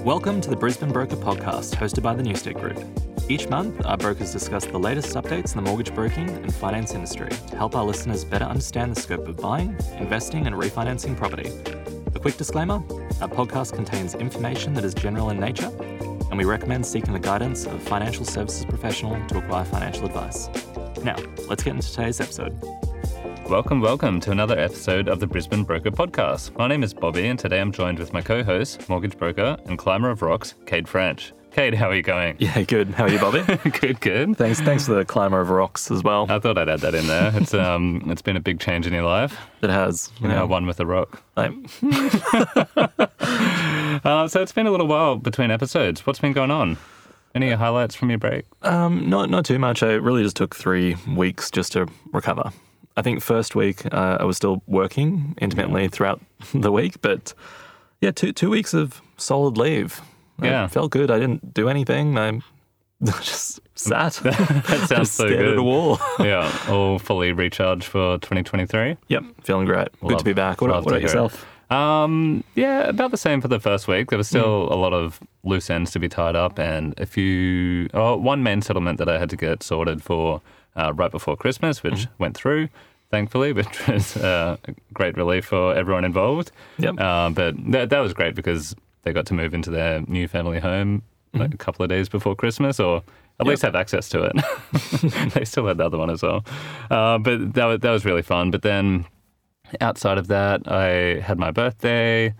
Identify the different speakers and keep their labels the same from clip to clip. Speaker 1: Welcome to the Brisbane Broker Podcast, hosted by the Newstead Group. Each month, our brokers discuss the latest updates in the mortgage broking and finance industry to help our listeners better understand the scope of buying, investing, and refinancing property. A quick disclaimer our podcast contains information that is general in nature, and we recommend seeking the guidance of a financial services professional to acquire financial advice. Now, let's get into today's episode.
Speaker 2: Welcome, welcome to another episode of the Brisbane Broker Podcast. My name is Bobby, and today I'm joined with my co host, mortgage broker, and climber of rocks, Cade French. Cade, how are you going?
Speaker 1: Yeah, good. How are you, Bobby?
Speaker 2: good, good.
Speaker 1: thanks, thanks for the climber over rocks as well.
Speaker 2: I thought I'd add that in there. It's um, it's been a big change in your life.
Speaker 1: It has.
Speaker 2: You know, one with a rock.
Speaker 1: I'm-
Speaker 2: Uh, so it's been a little while between episodes. What's been going on? Any highlights from your break?
Speaker 1: Um, not not too much. I really just took three weeks just to recover. I think first week uh, I was still working intermittently throughout the week, but yeah, two two weeks of solid leave. I
Speaker 2: Yeah.
Speaker 1: felt good. I didn't do anything. I just sat.
Speaker 2: That sounds so
Speaker 1: stared at a
Speaker 2: good.
Speaker 1: wall.
Speaker 2: Yeah, all fully recharged for 2023.
Speaker 1: yep, feeling great. good
Speaker 2: Love-
Speaker 1: to be back. What,
Speaker 2: love
Speaker 1: about- what about
Speaker 2: to hear it.
Speaker 1: yourself?
Speaker 2: Um, yeah, about the same for the first week. There was still a lot of loose ends to be tied up, and a few, oh, one main settlement that I had to get sorted for uh, right before Christmas, which went through, thankfully, which was uh, a great relief for everyone involved.
Speaker 1: Yep.
Speaker 2: Uh, but that that was great because they got to move into their new family home like a couple of days before Christmas, or at least have access to it. they still had the other one as well. Uh, but that was, that was really fun. But then outside of that, I had my birthday.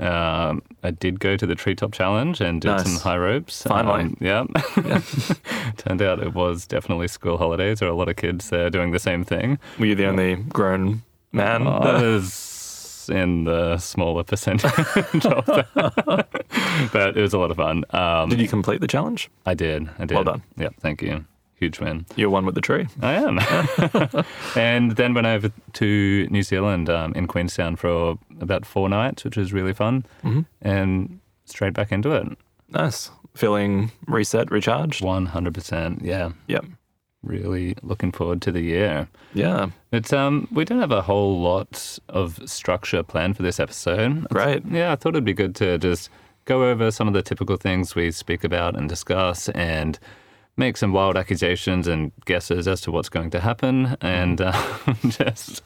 Speaker 2: Um, I did go to the treetop challenge and did
Speaker 1: Nice.
Speaker 2: some high ropes.
Speaker 1: Finally.
Speaker 2: Um, yeah. Turned out it was definitely school holidays, or a lot of kids there doing the same thing.
Speaker 1: Were you the only grown man?
Speaker 2: I was in the smaller percentage of that. but it was a lot of fun. Um,
Speaker 1: Did you complete the challenge?
Speaker 2: I did. I did.
Speaker 1: Well done.
Speaker 2: Yeah, thank you. Huge win.
Speaker 1: You're one with the tree.
Speaker 2: I am. and then went over to New Zealand um, in Queenstown for about four nights, which was really fun. And straight back into it.
Speaker 1: Mm-hmm. Nice. Feeling reset, recharged.
Speaker 2: 100%. Yeah.
Speaker 1: Yep.
Speaker 2: Really looking forward to the year.
Speaker 1: Yeah.
Speaker 2: It's um we don't have a whole lot of structure planned for this episode.
Speaker 1: Great.
Speaker 2: Yeah, I thought it'd be good to just go over some of the typical things we speak about and discuss and make some wild accusations and guesses as to what's going to happen and uh, just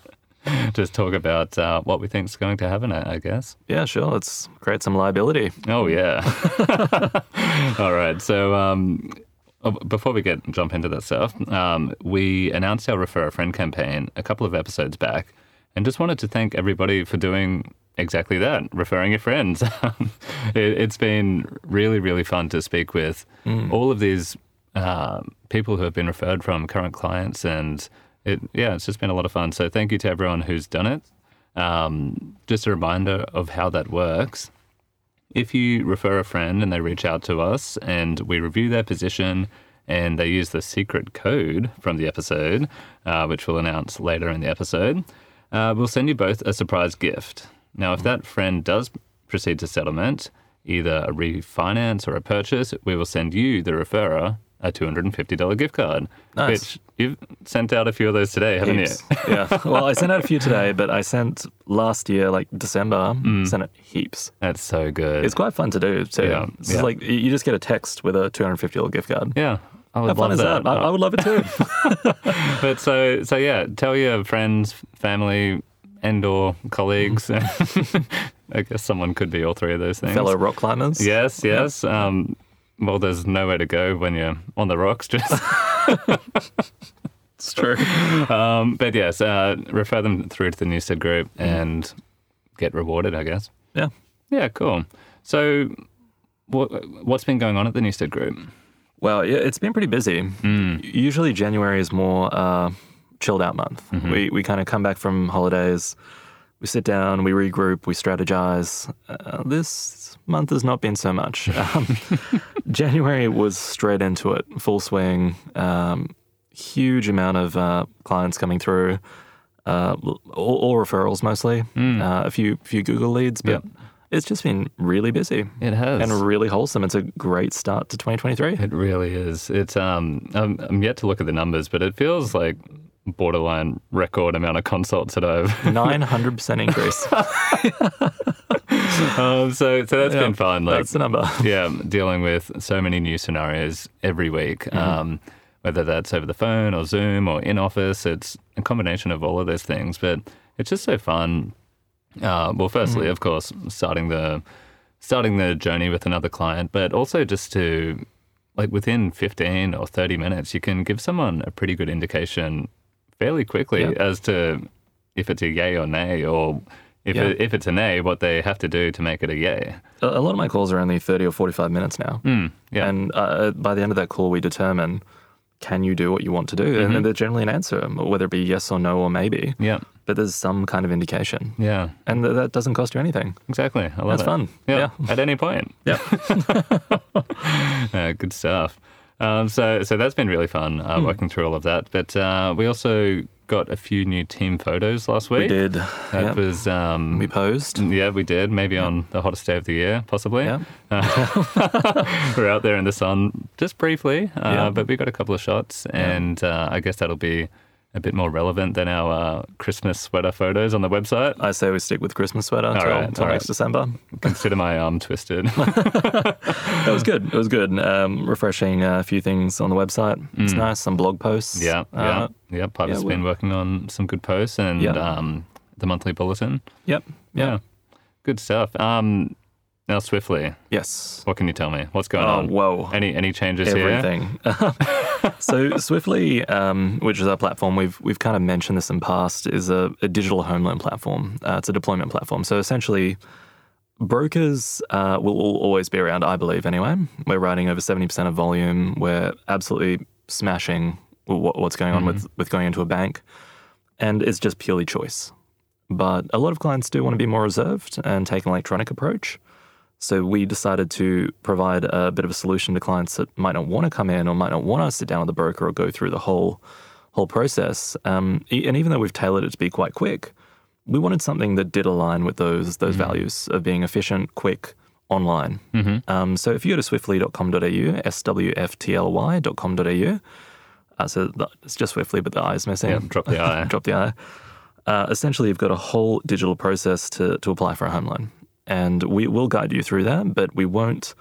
Speaker 2: just talk about uh, what we think's going to happen, I, I guess.
Speaker 1: Yeah, sure. Let's create some liability.
Speaker 2: Oh yeah. All right. So um, uh, before we get jump into that stuff, um, we announced our refer a friend campaign a couple of episodes back, and just wanted to thank everybody for doing exactly that, referring your friends. it, it's been really really fun to speak with all of these uh, people who have been referred from current clients and. It, yeah, it's just been a lot of fun. So thank you to everyone who's done it. Um, just a reminder of how that works if you refer a friend and they reach out to us and we review their position and they use the secret code from the episode, uh, which we'll announce later in the episode, uh, we'll send you both a surprise gift. Now, if that friend does proceed to settlement, either a refinance or a purchase, we will send you, the referrer, a $250 gift card.
Speaker 1: Nice.
Speaker 2: Which you've sent out a few of those today, haven't you?
Speaker 1: Heaps. yeah. Well, I sent out a few today, but I sent last year, like December, sent it heaps.
Speaker 2: That's so good.
Speaker 1: It's quite fun to do. So
Speaker 2: Mm. Yeah,
Speaker 1: it's just
Speaker 2: yeah.
Speaker 1: like you just get a text with a two hundred fifty dollar gift card.
Speaker 2: yeah. I would
Speaker 1: How fun
Speaker 2: love
Speaker 1: is that? I, I would love it too.
Speaker 2: but so so yeah, tell your friends, family, and or colleagues. Mm-hmm. I guess someone could be all three of those things.
Speaker 1: Fellow rock climbers.
Speaker 2: Yes, yes. Um, well, there's nowhere to go when you're on the rocks. Just,
Speaker 1: it's true.
Speaker 2: um, but yes, uh, refer them through to the Newstead group and get rewarded. I guess.
Speaker 1: Yeah.
Speaker 2: Yeah, cool. So, what what's been going on at the Newstead group?
Speaker 1: Well, yeah, it's been pretty busy. Usually January is more uh, chilled out month. We we kind of come back from holidays. We sit down, we regroup, we strategize. Uh, this month has not been so much. Um, January was straight into it, full swing. Um, huge amount of uh, clients coming through, uh, all, all referrals mostly. Uh, a few few Google leads, but
Speaker 2: Yep.
Speaker 1: it's just been really busy
Speaker 2: It has
Speaker 1: and really wholesome. It's a great start to 2023.
Speaker 2: It really is. It's um, I'm, I'm yet to look at the numbers, but it feels like borderline record amount of consults that I've.
Speaker 1: Nine hundred percent increase.
Speaker 2: um, so so that's been fun. Like
Speaker 1: That's the number.
Speaker 2: yeah, dealing with so many new scenarios every week.
Speaker 1: Mm-hmm.
Speaker 2: Um, whether that's over the phone or Zoom or in office, it's a combination of all of those things. But it's just so fun. Uh, well, firstly,
Speaker 1: Mm-hmm.
Speaker 2: of course, starting the starting the journey with another client, but also just to like within fifteen or thirty minutes, you can give someone a pretty good indication fairly quickly
Speaker 1: Yeah.
Speaker 2: as to if it's a yay or nay, or if
Speaker 1: Yeah.
Speaker 2: it, if it's a nay, what they have to do to make it a yay.
Speaker 1: A a lot of my calls are only 30 or 45 minutes now.
Speaker 2: Mm, yeah.
Speaker 1: And uh, by the end of that call, we determine can you do what you want to do?
Speaker 2: Mm-hmm.
Speaker 1: And then there's generally an answer, whether it be yes or no or maybe.
Speaker 2: yeah.
Speaker 1: But there's some kind of indication.
Speaker 2: Yeah,
Speaker 1: And th- that doesn't cost you anything.
Speaker 2: exactly. I love
Speaker 1: That's
Speaker 2: it.
Speaker 1: fun.
Speaker 2: Yeah, at any point.
Speaker 1: Yeah.
Speaker 2: Uh, good stuff. Um, so, so that's been really fun uh, working through all of that. But uh, we also got a few new team photos last week.
Speaker 1: We did.
Speaker 2: That
Speaker 1: Yeah.
Speaker 2: was um,
Speaker 1: We posed.
Speaker 2: yeah, we did. Maybe on the hottest day of the year, possibly.
Speaker 1: Yeah.
Speaker 2: We're out there in the sun just briefly, uh,
Speaker 1: Yeah.
Speaker 2: but we got a couple of shots, and uh, I guess that'll be a bit more relevant than our uh, Christmas sweater photos on the website.
Speaker 1: I say we stick with Christmas sweater until,
Speaker 2: right,
Speaker 1: until
Speaker 2: all
Speaker 1: next
Speaker 2: right.
Speaker 1: December.
Speaker 2: Consider my arm twisted.
Speaker 1: It was good. It was good. Um, refreshing uh, a few things on the website. It's nice. Some blog posts.
Speaker 2: Mm. Yeah,
Speaker 1: Uh,
Speaker 2: yeah, yeah. Piper's
Speaker 1: we-
Speaker 2: been working on some good posts and
Speaker 1: Yeah.
Speaker 2: um, the monthly bulletin.
Speaker 1: Yep. Yeah.
Speaker 2: good stuff. Um, now, swiftly,
Speaker 1: Yes.
Speaker 2: what can you tell me? What's going
Speaker 1: Oh,
Speaker 2: on?
Speaker 1: whoa.
Speaker 2: Any any changes here?
Speaker 1: everything. so Swiftly, um, which is our platform, we've we've kind of mentioned this in past, is a, a digital home loan platform. Uh, it's a deployment platform. So essentially, brokers uh, will al- always be around. I believe anyway. We're writing over seventy percent of volume. We're absolutely smashing what, what's going on with with going into a bank, and it's just purely choice. But a lot of clients do want to be more reserved and take an electronic approach. So we decided to provide a bit of a solution to clients that might not want to come in or might not want to sit down with the broker or go through the whole whole process. Um, e- and even though we've tailored it to be quite quick, we wanted something that did align with those those
Speaker 2: Mm-hmm.
Speaker 1: values of being efficient, quick, online.
Speaker 2: Mm-hmm.
Speaker 1: Um, so if you go to swiftly.com.au, swftly.com.au, uh, so the, it's just swiftly, but the I is missing.
Speaker 2: Yeah, drop the eye.
Speaker 1: drop the I. Uh, essentially, you've got a whole digital process to, to apply for a home loan. And we will guide you through that, but we won't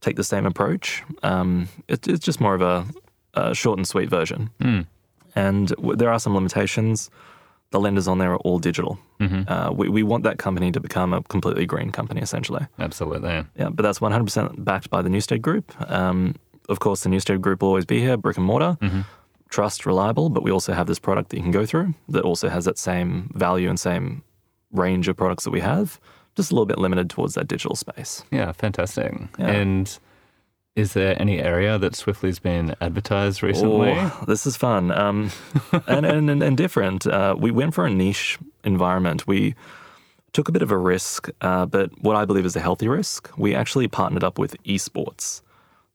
Speaker 1: take the same approach. Um, it, it's just more of a, a short and sweet version. And w- there are some limitations. The lenders on there are all digital. Uh, we, we want that company to become a completely green company, essentially.
Speaker 2: Absolutely.
Speaker 1: Yeah, but that's 100% backed by the Newstead Group. Um, of course, the Newstead Group will always be here, brick and mortar, trust, reliable, but we also have this product that you can go through that also has that same value and same range of products that we have, just a little bit limited towards that digital space.
Speaker 2: Yeah, fantastic.
Speaker 1: Yeah.
Speaker 2: And is there any area that Swiftly's been advertised recently?
Speaker 1: Oh, this is fun um, and, and, and, and different. Uh, we went for a niche environment. We took a bit of a risk, uh, but what I believe is a healthy risk. We actually partnered up with esports.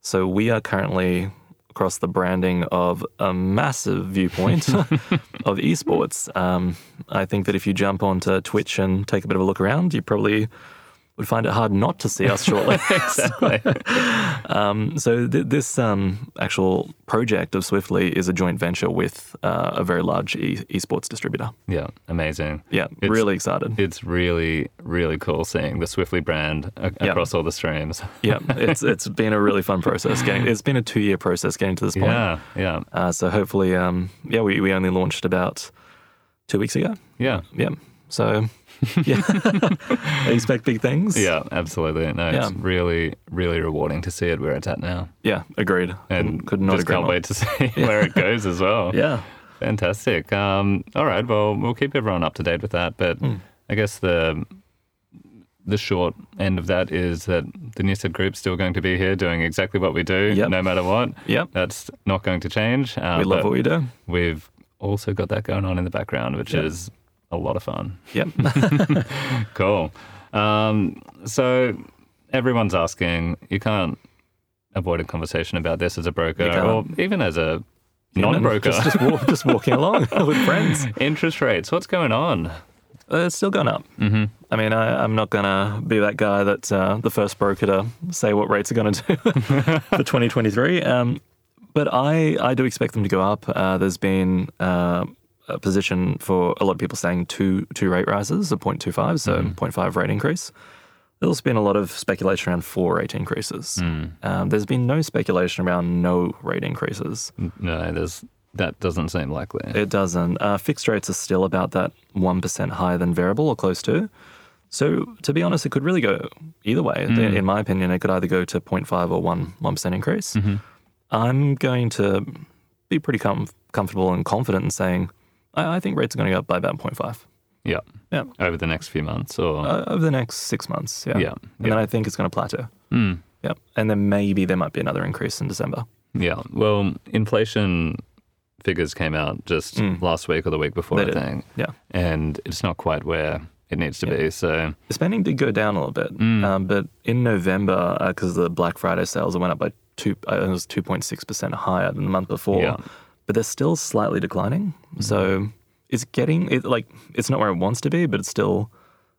Speaker 1: So we are currently across the branding of a massive viewpoint of esports. Um, I think that if you jump onto Twitch and take a bit of a look around, you probably would find it hard not to see us shortly. um, so th- this um, actual project of Swiftly is a joint venture with uh, a very large e- esports distributor.
Speaker 2: Yeah, amazing.
Speaker 1: Yeah,
Speaker 2: It's-
Speaker 1: really excited.
Speaker 2: It's really, really cool seeing the Swiftly brand a- across all the streams.
Speaker 1: yeah, it's it's been a really fun process. Getting it's been a two year process getting to this point.
Speaker 2: Yeah, yeah,
Speaker 1: Uh, so hopefully, um, yeah, we, we only launched about two weeks ago.
Speaker 2: yeah.
Speaker 1: Yeah, so yeah, I expect big things.
Speaker 2: Yeah, absolutely. No, it's
Speaker 1: Yeah.
Speaker 2: really, really rewarding to see it where it's at now.
Speaker 1: yeah, agreed.
Speaker 2: And
Speaker 1: could not
Speaker 2: just
Speaker 1: agree
Speaker 2: can't
Speaker 1: more.
Speaker 2: wait to see where it goes as well.
Speaker 1: Yeah,
Speaker 2: Fantastic. Um, all right. Well, we'll keep everyone up to date with that. But
Speaker 1: Hmm.
Speaker 2: I guess the the short end of that is that the Newstead Group's still going to be here doing exactly what we do,
Speaker 1: Yep.
Speaker 2: no matter what.
Speaker 1: Yep.
Speaker 2: That's not going to change. Uh,
Speaker 1: we love
Speaker 2: but
Speaker 1: what we do.
Speaker 2: We've also got that going on in the background, which is a lot of fun.
Speaker 1: Yep.
Speaker 2: Cool. Um, so everyone's asking. You can't avoid a conversation about this as a broker, or
Speaker 1: can't.
Speaker 2: even as a non-broker.
Speaker 1: Just, just, walk, just walking along with friends.
Speaker 2: Interest rates. What's going on?
Speaker 1: Uh, it's still gone up. Mm-hmm. I mean, I, I'm not going to be that guy that's uh, the first broker to say what rates are going to do for 2023. Um, but I, I do expect them to go up. Uh, there's been uh, a position for a lot of people saying two two rate rises, a 0.25, so 0.5 rate increase. There's been a lot of speculation around four rate increases. Um, there's been no speculation around no rate increases.
Speaker 2: No, there's that doesn't seem likely.
Speaker 1: It doesn't. Uh, fixed rates are still about that 1% higher than variable or close to. So, to be honest, it could really go either way. In my opinion, it could either go to 0.5 or 1, 1% increase. I'm going to be pretty com- comfortable and confident in saying I, I think rates are going to go up by about 0.5
Speaker 2: yeah.
Speaker 1: Yeah.
Speaker 2: Over the next few months or
Speaker 1: uh, over the next six months. Yeah.
Speaker 2: Yeah,
Speaker 1: And then I think it's going to plateau. Yeah. And then maybe there might be another increase in December.
Speaker 2: yeah. Well, inflation figures came out just last week or the week before,
Speaker 1: Mm. They
Speaker 2: I
Speaker 1: did.
Speaker 2: think.
Speaker 1: Yeah.
Speaker 2: And it's not quite where it needs to be. So
Speaker 1: The spending did go down a little bit,
Speaker 2: Mm.
Speaker 1: um, but in November, because the Black Friday sales went up by two, uh, it was two point six percent higher than the month before,
Speaker 2: Yeah. Mm-hmm.
Speaker 1: but they're still slightly declining. So it's getting it like it's not where it wants to be, but it's still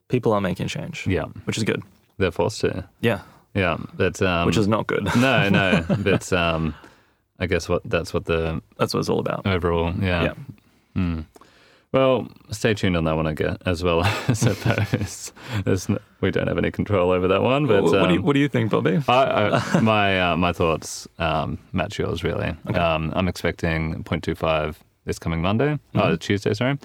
Speaker 1: people are making change.
Speaker 2: Yeah.
Speaker 1: which is good.
Speaker 2: they're forced to.
Speaker 1: Yeah,
Speaker 2: Yeah. But um
Speaker 1: which is not good.
Speaker 2: No, no. but um I guess what that's what the
Speaker 1: That's what it's all about.
Speaker 2: overall yeah. Hmm.
Speaker 1: Yeah.
Speaker 2: Well, stay tuned on that one again as well, I suppose. There's no, we don't have any control over that one, but
Speaker 1: Wh- what, do you,
Speaker 2: um,
Speaker 1: what do you think, Bobby?
Speaker 2: I, I, my uh, my thoughts um, match yours really. Um, I'm expecting 0.25 this coming Monday,
Speaker 1: Mm-hmm.
Speaker 2: oh Tuesday, sorry.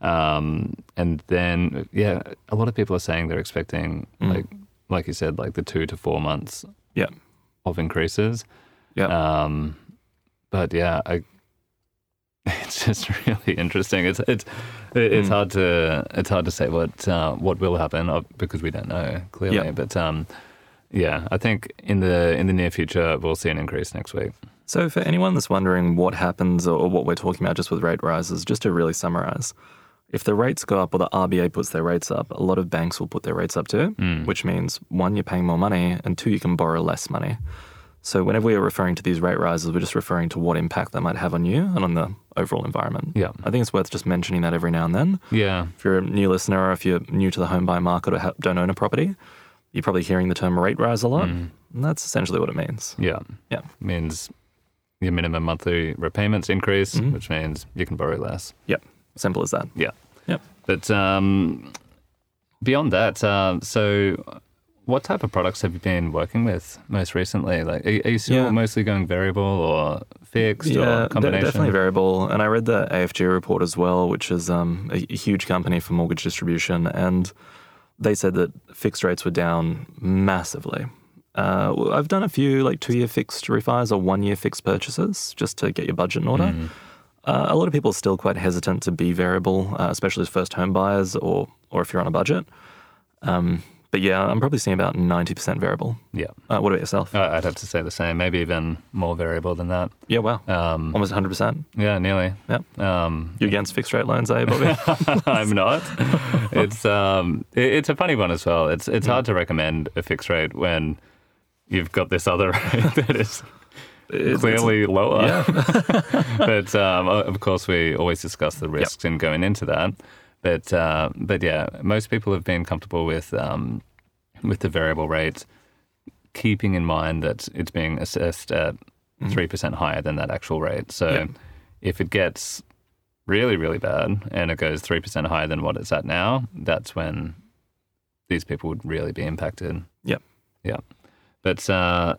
Speaker 2: Um, and then yeah, a lot of people are saying they're expecting like like you said, like the two to four months
Speaker 1: Mm. Yeah,
Speaker 2: of increases.
Speaker 1: yeah.
Speaker 2: Um, but yeah, I, it's just really interesting. It's it's it- it's hard to it's hard to say what uh, what will happen uh, because we don't know clearly.
Speaker 1: Yeah.
Speaker 2: But um, yeah, I think in the in the near future we'll see an increase next week.
Speaker 1: So, for anyone that's wondering what happens or what we're talking about just with rate rises, just to really summarize, if the rates go up or the RBA puts their rates up, a lot of banks will put their rates up too,
Speaker 2: Mm-hmm.
Speaker 1: which means one, you're paying more money, and two, you can borrow less money. So, whenever we are referring to these rate rises, we're just referring to what impact they might have on you and on the overall environment.
Speaker 2: Yeah.
Speaker 1: I think it's worth just mentioning that every now and then.
Speaker 2: Yeah,
Speaker 1: If you're a new listener or if you're new to the home buy market or ha- don't own a property, you're probably hearing the term rate rise a lot. And that's essentially what it means.
Speaker 2: yeah,
Speaker 1: Yeah.
Speaker 2: means your minimum monthly repayments increase, which means you can borrow less.
Speaker 1: Yep. Simple as that.
Speaker 2: Yeah.
Speaker 1: Yep.
Speaker 2: But um, beyond that, uh, so what type of products have you been working with most recently? Like, are, are you still
Speaker 1: Yeah.
Speaker 2: mostly going variable or fixed
Speaker 1: Yeah,
Speaker 2: or
Speaker 1: de-
Speaker 2: combination?
Speaker 1: definitely variable. And I read the AFG report as well, which is um, a a huge company for mortgage distribution, and they said that fixed rates were down massively. Uh, well, I've done a few like two-year fixed refis or one-year fixed purchases just to get your budget in order.
Speaker 2: Mm-hmm.
Speaker 1: Uh, a lot of people are still quite hesitant to be variable, uh, especially as first home buyers or or if you're on a budget. Um, but yeah, I'm probably seeing about ninety percent variable.
Speaker 2: Yeah,
Speaker 1: Uh, what about yourself?
Speaker 2: I- I'd have to say the same. Maybe even more variable than that.
Speaker 1: yeah, wow,
Speaker 2: Um,
Speaker 1: almost hundred percent.
Speaker 2: yeah, nearly.
Speaker 1: Yep.
Speaker 2: Um,
Speaker 1: You're against fixed rate loans, eh, Bobby?
Speaker 2: I'm not. It's um, i- it's a funny one as well. It's
Speaker 1: Hmm.
Speaker 2: it's hard to recommend a fixed rate when you've got this other rate that is clearly lower. but um, o- of course, we always discuss the risks in going into that. But uh, but yeah, most people have been comfortable with um, with the variable rate, keeping in mind that it's being assessed at three percent higher than that actual rate. So
Speaker 1: Yeah.
Speaker 2: if it gets really really bad and it goes three percent higher than what it's at now, that's when these people would really be impacted.
Speaker 1: Yep.
Speaker 2: Yeah. But uh,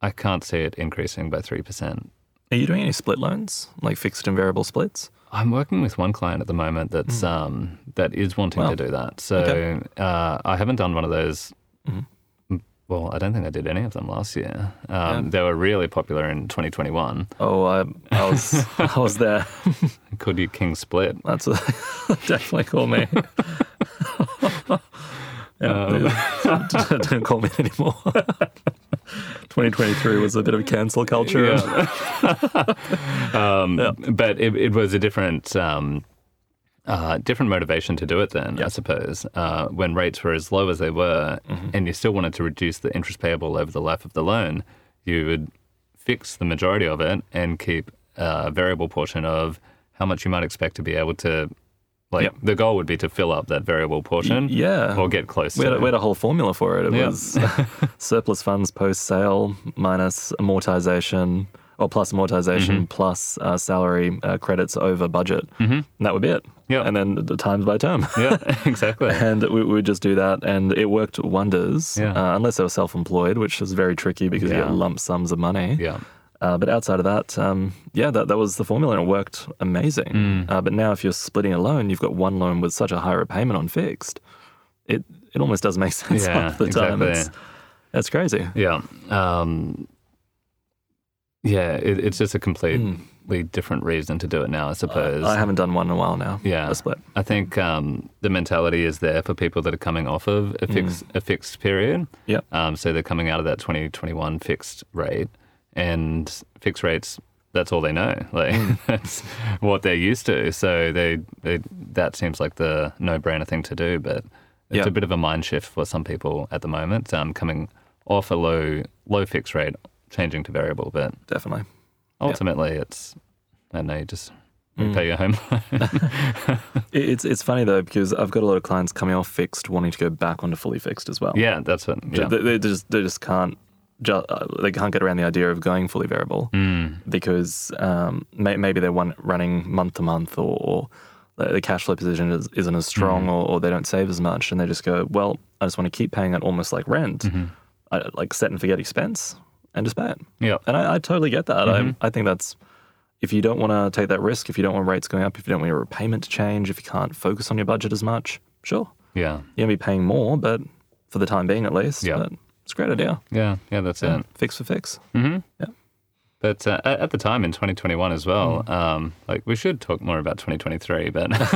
Speaker 2: I can't see it increasing by three percent
Speaker 1: Are you doing any split loans, like fixed and variable splits?
Speaker 2: I'm working with one client at the moment that's um, that is wanting
Speaker 1: Hmm. Wow.
Speaker 2: to do that. So
Speaker 1: Okay.
Speaker 2: uh, I haven't done one of those.
Speaker 1: Mhm.
Speaker 2: m- Well, I don't think I did any of them last year. Um,
Speaker 1: Yeah.
Speaker 2: They were really popular in 2021.
Speaker 1: Oh, I, I was, I was there.
Speaker 2: Could you king split?
Speaker 1: That's a, definitely call me. yeah, don't call me anymore. 2023 was a bit of a cancel culture.
Speaker 2: um, But it, it was a different um, uh, different motivation to do it then, I suppose. Uh, when rates were as low as they were,
Speaker 1: Mm-hmm.
Speaker 2: and you still wanted to reduce the interest payable over the life of the loan, you would fix the majority of it and keep a variable portion of how much you might expect to be able to. Like
Speaker 1: Yep.
Speaker 2: the goal would be to fill up that variable portion,
Speaker 1: yeah.
Speaker 2: or get close.
Speaker 1: We
Speaker 2: to
Speaker 1: had, a,
Speaker 2: it.
Speaker 1: we had a whole formula for it. uh, It
Speaker 2: Yeah.
Speaker 1: was surplus funds post sale minus amortization or plus amortization
Speaker 2: Mm-hmm.
Speaker 1: plus uh, salary uh, credits over budget. Mm-hmm. And that would be it.
Speaker 2: Yeah.
Speaker 1: And then the times by term.
Speaker 2: Yeah, exactly.
Speaker 1: and we we would just do that, and it worked wonders.
Speaker 2: Yeah.
Speaker 1: Uh, unless they were self-employed, which is very tricky because you
Speaker 2: Yeah.
Speaker 1: get lump sums of money.
Speaker 2: Yeah.
Speaker 1: Uh, but outside of that, um, yeah, that, that was the formula, and it worked amazing.
Speaker 2: Mm.
Speaker 1: Uh, but now, if you're splitting a loan, you've got one loan with such a high repayment on fixed. It it almost doesn't make sense
Speaker 2: Yeah,
Speaker 1: half the time.
Speaker 2: exactly.
Speaker 1: It's, that's crazy.
Speaker 2: Yeah. Um, yeah, it, it's just a completely different reason to do it now, I suppose.
Speaker 1: I haven't done one in a while now.
Speaker 2: yeah.
Speaker 1: a split.
Speaker 2: I think um, the mentality is there for people that are coming off of a fixed, a fixed period.
Speaker 1: Yeah,
Speaker 2: Um, so they're coming out of that 2021 fixed rate, and fixed rates, that's all they know. Like that's what they're used to. So they, they that seems like the no-brainer thing to do. But it's
Speaker 1: Yeah.
Speaker 2: a bit of a mind shift for some people at the moment, um, coming off a low low fixed rate, changing to variable. But
Speaker 1: definitely.
Speaker 2: ultimately, it's I don't know, you just repay your home loan.
Speaker 1: It- It's it's funny though because I've got a lot of clients coming off fixed wanting to go back onto fully fixed as well.
Speaker 2: yeah, that's what. Yeah.
Speaker 1: They, they just they just can't ju- uh, they can't get around the idea of going fully variable
Speaker 2: Mm.
Speaker 1: because um, may, maybe they're one, running month to month or, or the the cash flow position is, isn't as
Speaker 2: Mm-hmm.
Speaker 1: strong or, or they don't save as much and they just go well I just want to keep paying it almost like rent
Speaker 2: Mm-hmm.
Speaker 1: I, like set and forget expense and just pay it
Speaker 2: yeah.
Speaker 1: and I, I totally get that
Speaker 2: Mm-hmm.
Speaker 1: I, I think that's if you don't want to take that risk if you don't want rates going up if you don't want your repayment to change if you can't focus on your budget as much sure
Speaker 2: Yeah.
Speaker 1: you're gonna be paying more, but for the time being at least.
Speaker 2: Yeah.
Speaker 1: But it's a great idea.
Speaker 2: Yeah. Yeah. That's it.
Speaker 1: Fix for fix.
Speaker 2: But uh, at at the time in 2021 as well,
Speaker 1: Mm.
Speaker 2: um, like we should talk more about 2023, but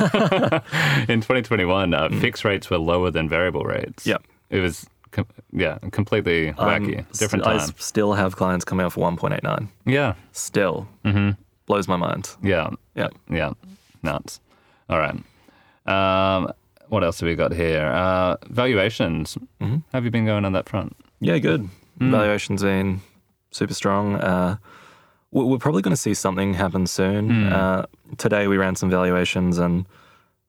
Speaker 2: in 2021, uh, fixed rates were lower than variable rates.
Speaker 1: Mm. Yep.
Speaker 2: It was, com- yeah, completely wacky.
Speaker 1: Um,
Speaker 2: Different
Speaker 1: st- I
Speaker 2: time.
Speaker 1: s- still have clients coming off 1.89.
Speaker 2: yeah.
Speaker 1: Still. Blows my mind.
Speaker 2: Yeah.
Speaker 1: Yeah.
Speaker 2: Yeah. Nuts. All right. Um, what else have we got here? Uh, valuations.
Speaker 1: Mm-hmm.
Speaker 2: How have you been going on that front?
Speaker 1: Yeah, good. Mm. Valuation's been super strong. Uh, we- we're probably going to see something happen soon. Uh, today we ran some valuations and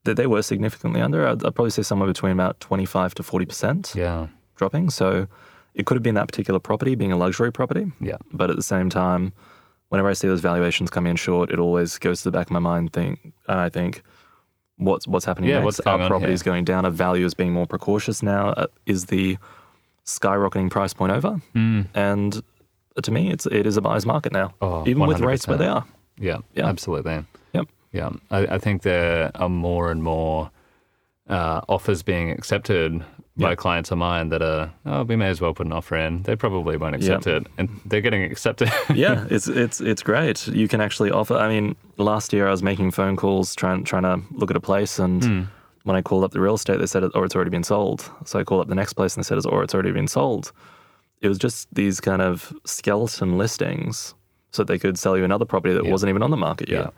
Speaker 1: they, they were significantly under. I'd, I'd probably say somewhere between about 25 to 40%
Speaker 2: Yeah.
Speaker 1: dropping. So it could have been that particular property being a luxury property.
Speaker 2: Yeah.
Speaker 1: But at the same time, whenever I see those valuations come in short, it always goes to the back of my mind. Think and I think, what's what's happening
Speaker 2: Yeah,
Speaker 1: next?
Speaker 2: what's going
Speaker 1: Our
Speaker 2: on
Speaker 1: property
Speaker 2: here?
Speaker 1: is going down. Our value is being more precautious now. Uh, is the skyrocketing price point over?
Speaker 2: Hmm.
Speaker 1: And to me, it's it is a buyer's market now,
Speaker 2: Oh,
Speaker 1: even with rates where they are.
Speaker 2: Yeah.
Speaker 1: Yeah.
Speaker 2: Absolutely.
Speaker 1: Yep.
Speaker 2: Yeah, I, I think there are more and more uh, offers being accepted by clients of mine that are, oh, we may as well put an offer in. They probably won't accept it, and they're getting accepted.
Speaker 1: yeah, it's it's it's great. You can actually offer. I mean, last year I was making phone calls trying trying to look at a place, and
Speaker 2: Hmm.
Speaker 1: when I called up the real estate, they said, "Oh, it's already been sold." So I called up the next place, and they said, "Oh, it's already been sold." It was just these kind of skeleton listings, so that they could sell you another property that wasn't even on the market yet.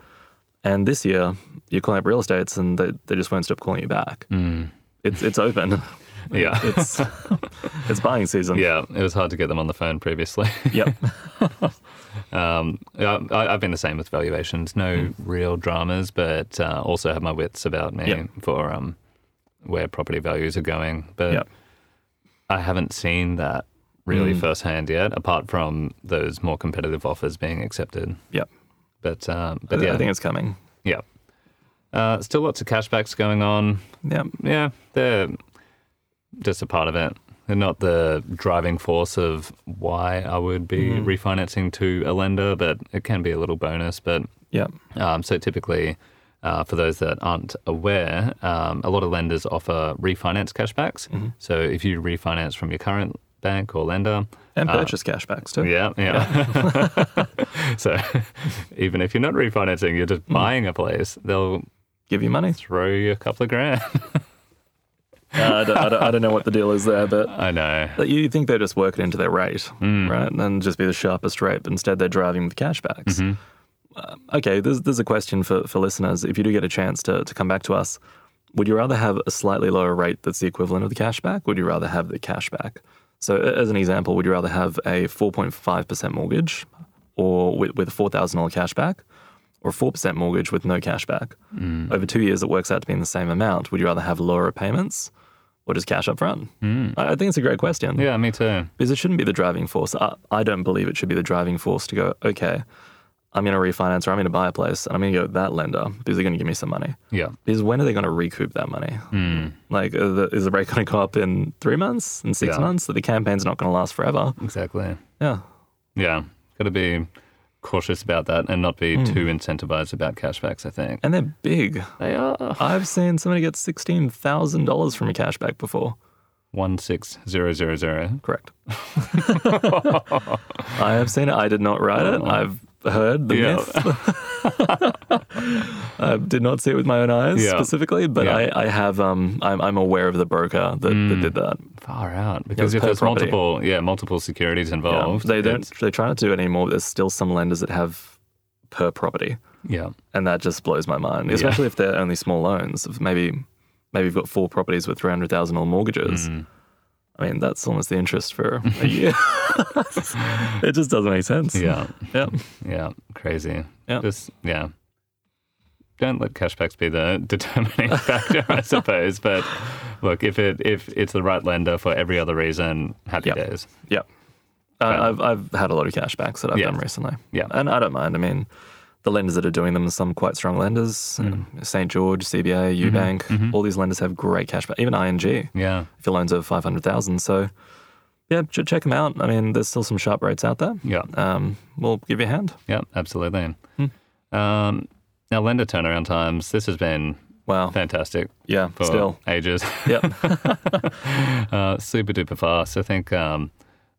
Speaker 1: And this year, you're calling up real estates, and they, they just won't stop calling you back.
Speaker 2: Hmm.
Speaker 1: It's it's open.
Speaker 2: yeah,
Speaker 1: It's it's buying season.
Speaker 2: yeah, it was hard to get them on the phone previously.
Speaker 1: Yep.
Speaker 2: Um, I, I- I've been the same with valuations. No real dramas, but uh, also have my wits about me
Speaker 1: Yeah.
Speaker 2: for um, where property values are going. But
Speaker 1: Yep.
Speaker 2: I haven't seen that really firsthand yet, apart from those more competitive offers being accepted.
Speaker 1: Yep.
Speaker 2: But um, but
Speaker 1: But
Speaker 2: yeah,
Speaker 1: I think it's coming.
Speaker 2: yeah. Uh, still lots of cashbacks going on.
Speaker 1: Yep.
Speaker 2: Yeah, they're just a part of it. They're not the driving force of why I would be
Speaker 1: Mm-hmm.
Speaker 2: refinancing to a lender, but it can be a little bonus. But
Speaker 1: Yep.
Speaker 2: um, so typically, uh, for those that aren't aware, um, a lot of lenders offer refinance cashbacks.
Speaker 1: Mm-hmm.
Speaker 2: So if you refinance from your current bank or lender,
Speaker 1: And purchase cashbacks too.
Speaker 2: yeah, yeah. so even if you're not refinancing, you're just buying a place, they'll
Speaker 1: Give you money.
Speaker 2: throw you a couple of grand.
Speaker 1: Uh, I, don't, I, don't, I don't know what the deal is there, but Hmm.
Speaker 2: I know.
Speaker 1: but you think they just work it into their rate, right? And just be the sharpest rate. But instead, they're driving with cashbacks. Um, okay, there's, there's a question for, for listeners. If you do get a chance to, to come back to us, would you rather have a slightly lower rate that's the equivalent of the cashback? Would you rather have the cashback? So, a- as an example, would you rather have a 4.5% mortgage or with, with a $4,000 cashback? Or a 4% mortgage with no cashback. Over two years, it works out to be in the same amount. Would you rather have lower payments or just cash up front? I I think it's a great question
Speaker 2: Yeah, me too.
Speaker 1: because it shouldn't be the driving force. I, I don't believe it should be the driving force to go, okay, I'm going to refinance or I'm going to buy a place and I'm going to go with that lender because they're going to give me some money.
Speaker 2: Yeah.
Speaker 1: Because when are they going to recoup that money? Like, uh, the, is the rate going to go up in three months, in six
Speaker 2: Yeah.
Speaker 1: months? That the campaign's not going to last forever.
Speaker 2: Exactly.
Speaker 1: Yeah.
Speaker 2: Yeah. Got to be cautious about that and not be too incentivized about cashbacks, I think.
Speaker 1: And they're big.
Speaker 2: Hmm. They are.
Speaker 1: I've seen somebody get $16,000 from a cashback before.
Speaker 2: 16000.
Speaker 1: Correct. I have seen it. I did not write it. I've heard the
Speaker 2: Oh. Yeah.
Speaker 1: myth. I did not see it with my own eyes
Speaker 2: Yeah.
Speaker 1: specifically, but
Speaker 2: Yeah. Mm.
Speaker 1: I, I have. Um, I'm, I'm aware of the broker that, that did that.
Speaker 2: Far out. Because if
Speaker 1: per
Speaker 2: there's
Speaker 1: property.
Speaker 2: multiple, yeah, multiple securities
Speaker 1: Yeah.
Speaker 2: involved.
Speaker 1: They don't.
Speaker 2: it's-
Speaker 1: They try not to do it anymore. But there's still some lenders that have per property,
Speaker 2: Yeah.
Speaker 1: and that just blows my mind. Especially if they're only small loans. If maybe, maybe you've got four properties with three hundred thousand or mortgages.
Speaker 2: Mm.
Speaker 1: I mean, that's almost the interest for a year. it just doesn't make sense.
Speaker 2: Yeah.
Speaker 1: Yeah.
Speaker 2: Yeah, crazy.
Speaker 1: Yeah.
Speaker 2: Just yeah. Don't let cashbacks be the determining factor, I suppose. But look, if it if it's the right lender for every other reason, happy
Speaker 1: Yeah.
Speaker 2: days.
Speaker 1: Yeah. Uh, I've, I've had a lot of cashbacks that I've
Speaker 2: Yeah.
Speaker 1: done recently.
Speaker 2: Yeah.
Speaker 1: And I don't mind. I mean, the lenders that are doing them, some quite strong lenders,
Speaker 2: Mm.
Speaker 1: uh, St. George, CBA,
Speaker 2: Mm-hmm.
Speaker 1: Eubank, all these lenders have great cashback, even ING,
Speaker 2: Yeah,
Speaker 1: if your loan's over 500,000. So, yeah, ch- check them out. I mean, there's still some sharp rates out there.
Speaker 2: yeah,
Speaker 1: Um, we'll give you a hand.
Speaker 2: yeah, absolutely. Um, now, lender turnaround times. This has been
Speaker 1: Wow.
Speaker 2: fantastic
Speaker 1: Yeah,
Speaker 2: for
Speaker 1: still.
Speaker 2: ages.
Speaker 1: Yep.
Speaker 2: Uh, super duper fast. I think um,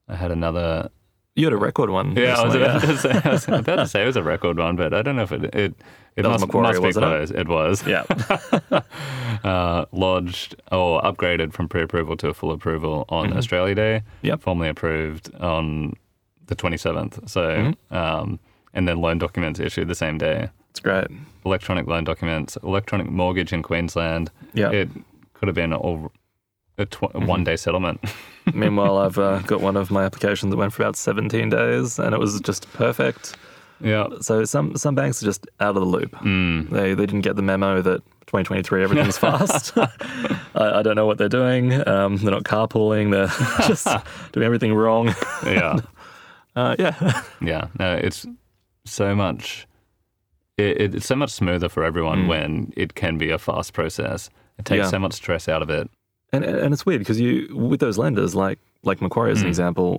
Speaker 2: I had another
Speaker 1: You had a record one.
Speaker 2: Yeah, I was,
Speaker 1: recently,
Speaker 2: about To say, I was about to say it was a record one, but I don't know if it it, it
Speaker 1: That was
Speaker 2: must,
Speaker 1: Macquarie,
Speaker 2: must be
Speaker 1: wasn't it?
Speaker 2: close. It, was
Speaker 1: yeah. Yeah.
Speaker 2: uh, lodged or upgraded from pre-approval to a full approval on Australia Day.
Speaker 1: Mm-hmm. Yep.
Speaker 2: formally approved on the twenty seventh. So,
Speaker 1: Mm-hmm.
Speaker 2: um, and then loan documents issued the same day.
Speaker 1: It's great.
Speaker 2: Electronic loan documents, electronic mortgage in Queensland.
Speaker 1: Yeah.
Speaker 2: it could have been all a tw-
Speaker 1: Mm-hmm.
Speaker 2: one day settlement.
Speaker 1: Meanwhile, I've uh, got one of my applications that went for about 17 days and it was just perfect.
Speaker 2: yeah,
Speaker 1: So some some banks are just out of the loop.
Speaker 2: Hmm.
Speaker 1: They they didn't get the memo that 2023 everything's fast. I, I don't know what they're doing. Um, they're not carpooling. They're just doing everything wrong.
Speaker 2: Mm. yeah.
Speaker 1: Uh, yeah,
Speaker 2: Yeah, no, it's so much. It, it- it's so much smoother for everyone when it can be a fast process. It takes
Speaker 1: Mm. Yeah.
Speaker 2: so much stress out of it.
Speaker 1: and and and it's weird because you with those lenders like like Macquarie
Speaker 2: Hmm.
Speaker 1: as an example,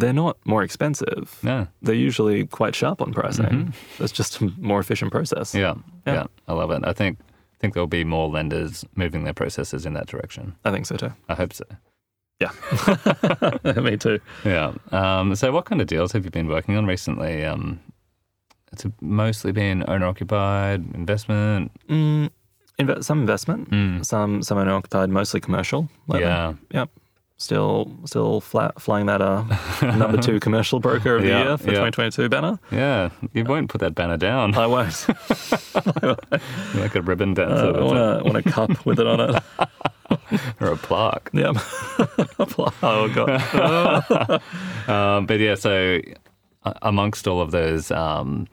Speaker 1: they're not more expensive.
Speaker 2: No,
Speaker 1: They're usually quite sharp on pricing. It's just a more efficient process.
Speaker 2: Mm-hmm. yeah, yeah,
Speaker 1: Yeah.
Speaker 2: I love it. I think I think there'll be more lenders moving their processes in that direction.
Speaker 1: I think so too.
Speaker 2: I hope so.
Speaker 1: Me too.
Speaker 2: Yeah. Um, so, what kind of deals have you been working on recently? Um, it's mostly been owner occupied investment.
Speaker 1: Mm, inve- some investment,
Speaker 2: Mm.
Speaker 1: some some owner occupied, mostly commercial. lately.
Speaker 2: Yeah.
Speaker 1: Yep. Still, still flat, flying that uh, number two commercial broker of
Speaker 2: Yeah,
Speaker 1: the year for
Speaker 2: yeah.
Speaker 1: 2022 banner.
Speaker 2: Yeah. You won't put that banner down
Speaker 1: I won't.
Speaker 2: like a ribbon dancer
Speaker 1: Uh, I want a, want a cup with it on it.
Speaker 2: or a plaque.
Speaker 1: Yep. oh god.
Speaker 2: Um, but yeah, so uh, amongst all of those, um,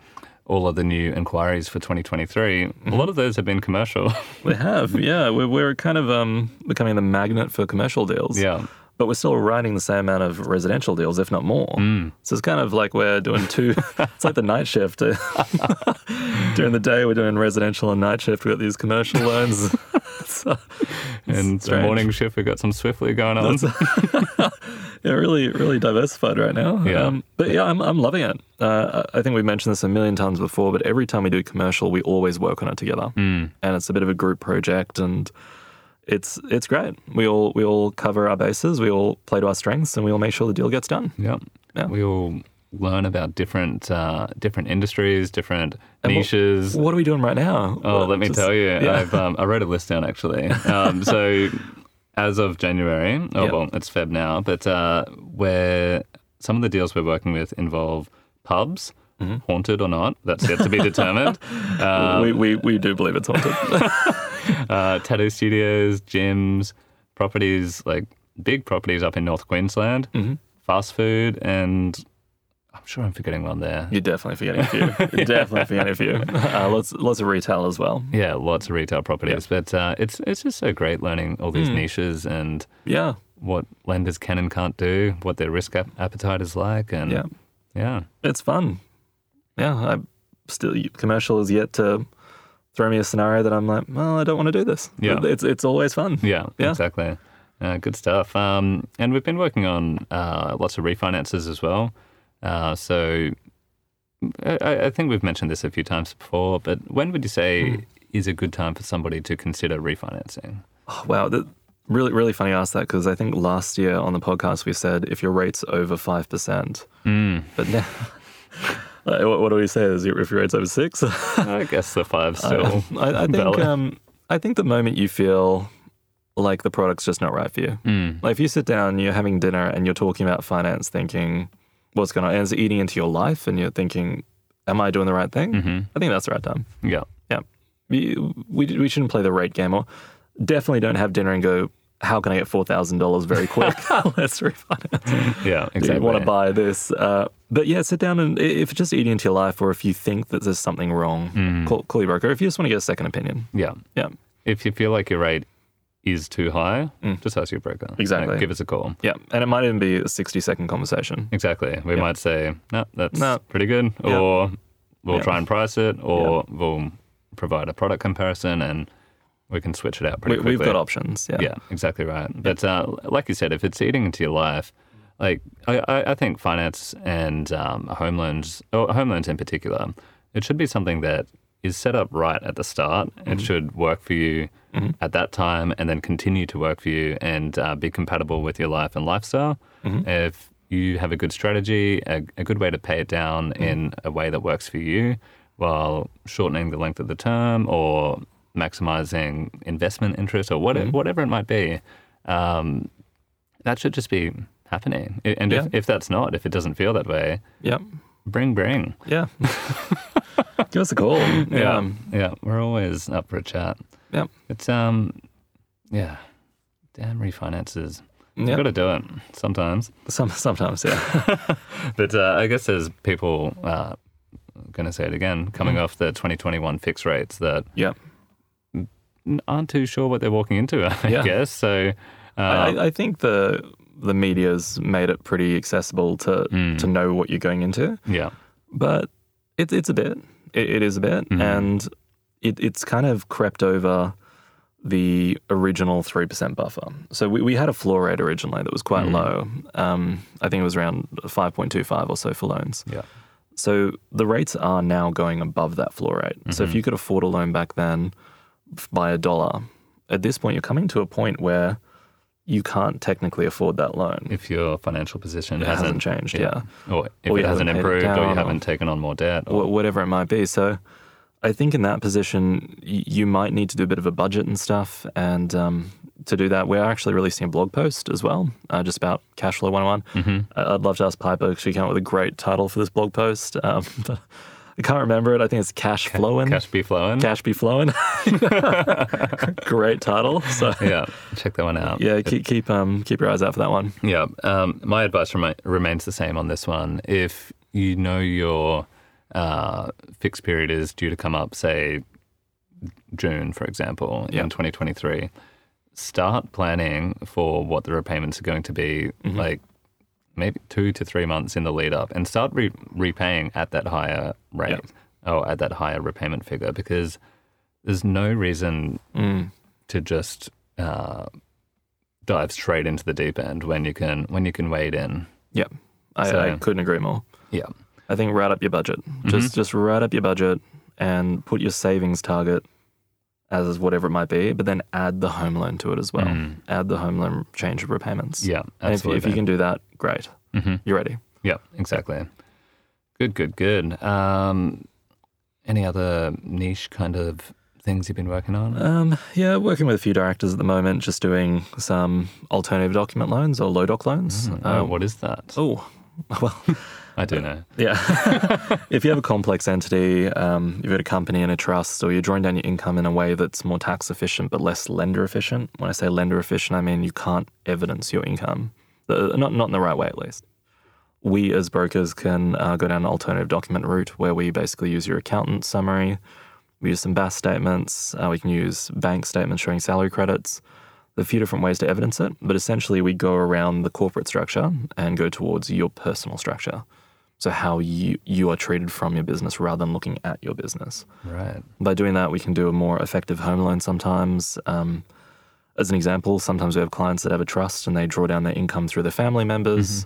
Speaker 2: all of the new inquiries for 2023, a lot of those have been commercial.
Speaker 1: We have, yeah. We're, we're kind of um, becoming the magnet for commercial deals.
Speaker 2: yeah,
Speaker 1: But we're still writing the same amount of residential deals, if not more.
Speaker 2: Hmm.
Speaker 1: So it's kind of like we're doing two. it's like the night shift. During the day, we're doing residential and night shift. We've got these commercial loans. So-
Speaker 2: and the
Speaker 1: strange.
Speaker 2: morning shift we got some swiftly going on.
Speaker 1: Yeah, really, really diversified right now. Um,
Speaker 2: Yeah.
Speaker 1: but yeah, I'm, I'm loving it. Uh, I I think we've mentioned this a million times before, but every time we do commercial, we always work on it together,
Speaker 2: Hmm.
Speaker 1: mm. and it's a bit of a group project, and it's it's great. We all we all cover our bases, we all play to our strengths, and we all make sure the deal gets done.
Speaker 2: Yep.
Speaker 1: Yeah.
Speaker 2: we all learn about different uh, different industries, different
Speaker 1: And what-
Speaker 2: niches.
Speaker 1: What are we doing right now?
Speaker 2: Oh,
Speaker 1: Well,
Speaker 2: let me
Speaker 1: just-
Speaker 2: tell you,
Speaker 1: yeah.
Speaker 2: I've um, I wrote a list down actually. Um, so as of January, oh
Speaker 1: Yeah.
Speaker 2: well, it's Feb now, but uh, where some of the deals we're working with involve pubs,
Speaker 1: Mm-hmm.
Speaker 2: haunted or not, that's yet to be determined. uh,
Speaker 1: we, we we do believe it's haunted.
Speaker 2: uh, tattoo studios, gyms,
Speaker 1: Mm-hmm.
Speaker 2: properties like big properties up in North Queensland, fast food, and I'm sure I'm forgetting one there.
Speaker 1: You're definitely forgetting a few. You're definitely forgetting a few. Uh, lots, lots of retail as well.
Speaker 2: Yeah, lots of retail properties, but uh, it's it's just so great learning all
Speaker 1: Hmm.
Speaker 2: these niches and
Speaker 1: Yeah,
Speaker 2: what lenders can and can't do, what their risk ap- appetite is like, and
Speaker 1: Yeah.
Speaker 2: yeah,
Speaker 1: it's fun. Yeah, I still commercial is yet to throw me a scenario that I'm like, well, I don't want to do this.
Speaker 2: Yeah.
Speaker 1: it's it's always fun.
Speaker 2: Yeah,
Speaker 1: Yeah.
Speaker 2: exactly. Uh, good stuff. Um, and we've been working on uh, lots of refinances as well. Uh, so I- I, I think we've mentioned this a few times before, but when would you say
Speaker 1: Hmm.
Speaker 2: is a good time for somebody to consider refinancing?
Speaker 1: Oh, wow, that, really really funny you asked that because I think last year on the podcast we said if your rate's over five percent, but now. Uh, what, what do we say? Is your, if your rate's over six?
Speaker 2: I guess the five still.
Speaker 1: I, I think
Speaker 2: valid.
Speaker 1: um, I think the moment you feel like the product's just not right for you,
Speaker 2: Mm-hmm. Hmm.
Speaker 1: like if you sit down, you're having dinner, and you're talking about finance, thinking what's going on, and it's eating into your life, and you're thinking, "Am I doing the right thing?" I think that's the right time.
Speaker 2: yeah.
Speaker 1: Yeah, we we, we shouldn't play the rate game, or definitely don't have dinner and go. How can I get four thousand dollars very quick? Let's refinance.
Speaker 2: Yeah,
Speaker 1: Do
Speaker 2: exactly.
Speaker 1: you want to buy this? Uh, but yeah, sit down and i- if it's just eating into your life, or if you think that there's something wrong,
Speaker 2: Mm.
Speaker 1: call, call your broker. If you just want to get a second opinion,
Speaker 2: Yeah.
Speaker 1: yeah,
Speaker 2: If you feel like your rate is too high, just ask your broker. Like,
Speaker 1: Mm. Exactly.
Speaker 2: give us a call.
Speaker 1: yeah, and it might even be a sixty second conversation.
Speaker 2: Exactly. We might say, no, that's
Speaker 1: No.
Speaker 2: pretty good, or we'll
Speaker 1: Yeah.
Speaker 2: try and price it, or we'll provide a product comparison and we can switch it out pretty
Speaker 1: We,
Speaker 2: quickly.
Speaker 1: we've got options. Yeah,
Speaker 2: Yeah, exactly right. But uh, like you said, if it's eating into your life, like I, I I think finance and um, home loans, or home loans in particular, it should be something that is set up right at the start. It should work for you at that time, and then continue to work for you and uh, be compatible with your life and lifestyle. If you have a good strategy, a, a good way to pay it down in a way that works for you, while shortening the length of the term or maximizing investment interest or whatever,
Speaker 1: Mm-hmm.
Speaker 2: whatever it might be, um, that should just be happening. I- And
Speaker 1: Yeah.
Speaker 2: if, if that's not, if it doesn't feel that way,
Speaker 1: yeah,
Speaker 2: bring, bring.
Speaker 1: yeah. Give us a call.
Speaker 2: yeah, Yeah, we're always up for a chat.
Speaker 1: yeah,
Speaker 2: It's um, yeah, damn refinances.
Speaker 1: Yeah.
Speaker 2: You've got to do it sometimes.
Speaker 1: Some, sometimes, yeah,
Speaker 2: But uh, I guess there's people. Uh, going to say it again coming
Speaker 1: Mm-hmm.
Speaker 2: off the 2021 fixed rates that
Speaker 1: yeah.
Speaker 2: aren't too sure what they're walking into i
Speaker 1: Yeah.
Speaker 2: guess so uh,
Speaker 1: I, I think the the media's made it pretty accessible to
Speaker 2: Mm.
Speaker 1: to know what you're going into.
Speaker 2: yeah
Speaker 1: but it, it's a bit. It, it is a bit, and it, it's kind of crept over the original three percent buffer. So we, we had a floor rate originally that was quite low. Um, I think it was around five point two five or so for loans.
Speaker 2: Yeah.
Speaker 1: So the rates are now going above that floor rate. So if you could afford a loan back then f- by a dollar, at this point you're coming to a point where you can't technically afford that loan.
Speaker 2: If your financial position
Speaker 1: It hasn't
Speaker 2: hasn't,
Speaker 1: changed. Yeah.
Speaker 2: or if
Speaker 1: Or
Speaker 2: it
Speaker 1: you
Speaker 2: hasn't
Speaker 1: haven't paid it
Speaker 2: improved, or you
Speaker 1: down, or-
Speaker 2: haven't taken on more debt, or,
Speaker 1: wh- whatever it might be. So I think in that position, y- you might need to do a bit of a budget and stuff. And um, to do that, we're actually releasing a blog post as well, uh, just about cash flow 101. I- I'd love to ask Piper, 'cause she came up with a great title for this blog post. Um, but I can't remember it. I think it's Cash Flowin'.
Speaker 2: cash be flowing.
Speaker 1: Cash be flowing. great title. So
Speaker 2: Yeah, check that one out.
Speaker 1: yeah, keep keep um keep your eyes out for that one.
Speaker 2: Yeah. Um, my advice remi- remains the same on this one. If you know your uh, fixed period is due to come up, say June, for example,
Speaker 1: Yeah.
Speaker 2: in 2023, start planning for what the repayments are going to be like maybe two to three months in the lead up and start re- repaying at that higher rate or at that higher repayment figure because there's no reason
Speaker 1: Mm,
Speaker 2: to just uh, dive straight into the deep end when you can when you can wade in.
Speaker 1: Yeah, I, I
Speaker 2: So-
Speaker 1: couldn't agree more.
Speaker 2: Yeah.
Speaker 1: I think write up your budget. Just just write up your budget and put your savings target as whatever it might be, but then add the home loan to it as well. Add the home loan change of repayments.
Speaker 2: Yeah,
Speaker 1: Mm. And if, if you
Speaker 2: absolutely. Mm-hmm.
Speaker 1: can do that, great. You're ready.
Speaker 2: Yeah, exactly. Good, good, good. Um, any other niche kind of things you've been working on?
Speaker 1: Um, yeah, working with a few directors at the moment, just doing some alternative document loans or low doc loans.
Speaker 2: Uh, what is that?
Speaker 1: um, oh, uh, well,
Speaker 2: I don't know.
Speaker 1: Yeah. if you have a complex entity, um, you've got a company and a trust, or you're drawing down your income in a way that's more tax efficient but less lender efficient. When I Uh, say lender efficient, I mean you can't evidence your income, The- not not in the right way at least. we as brokers can uh, go down an alternative document route where we basically use your accountant summary. We use some BAS statements. Uh, we can use bank statements showing salary credits. There are a few different ways to evidence it, but essentially we go around the corporate structure and go towards your personal structure. So how you you are treated from your business rather than looking at your business.
Speaker 2: Right.
Speaker 1: By doing that, we can do a more effective home loan sometimes. Um, as an example, sometimes we have clients that have a trust and they draw down their income through their family members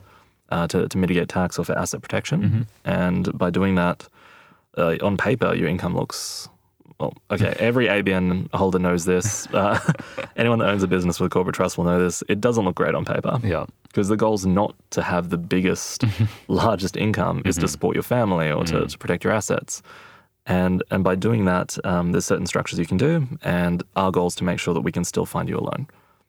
Speaker 1: uh, to, to mitigate tax or for asset protection. And by doing that, uh, on paper, your income looks well, okay, every ABN holder knows this. Uh, anyone that owns a business with a corporate trust will know this. It doesn't look great on paper
Speaker 2: Yeah.
Speaker 1: because the goal's not to have the biggest, largest income, is to support your family or to, to protect your assets. And and by doing that, um, there's certain structures you can do, and our goal is to make sure that we can still find you a loan.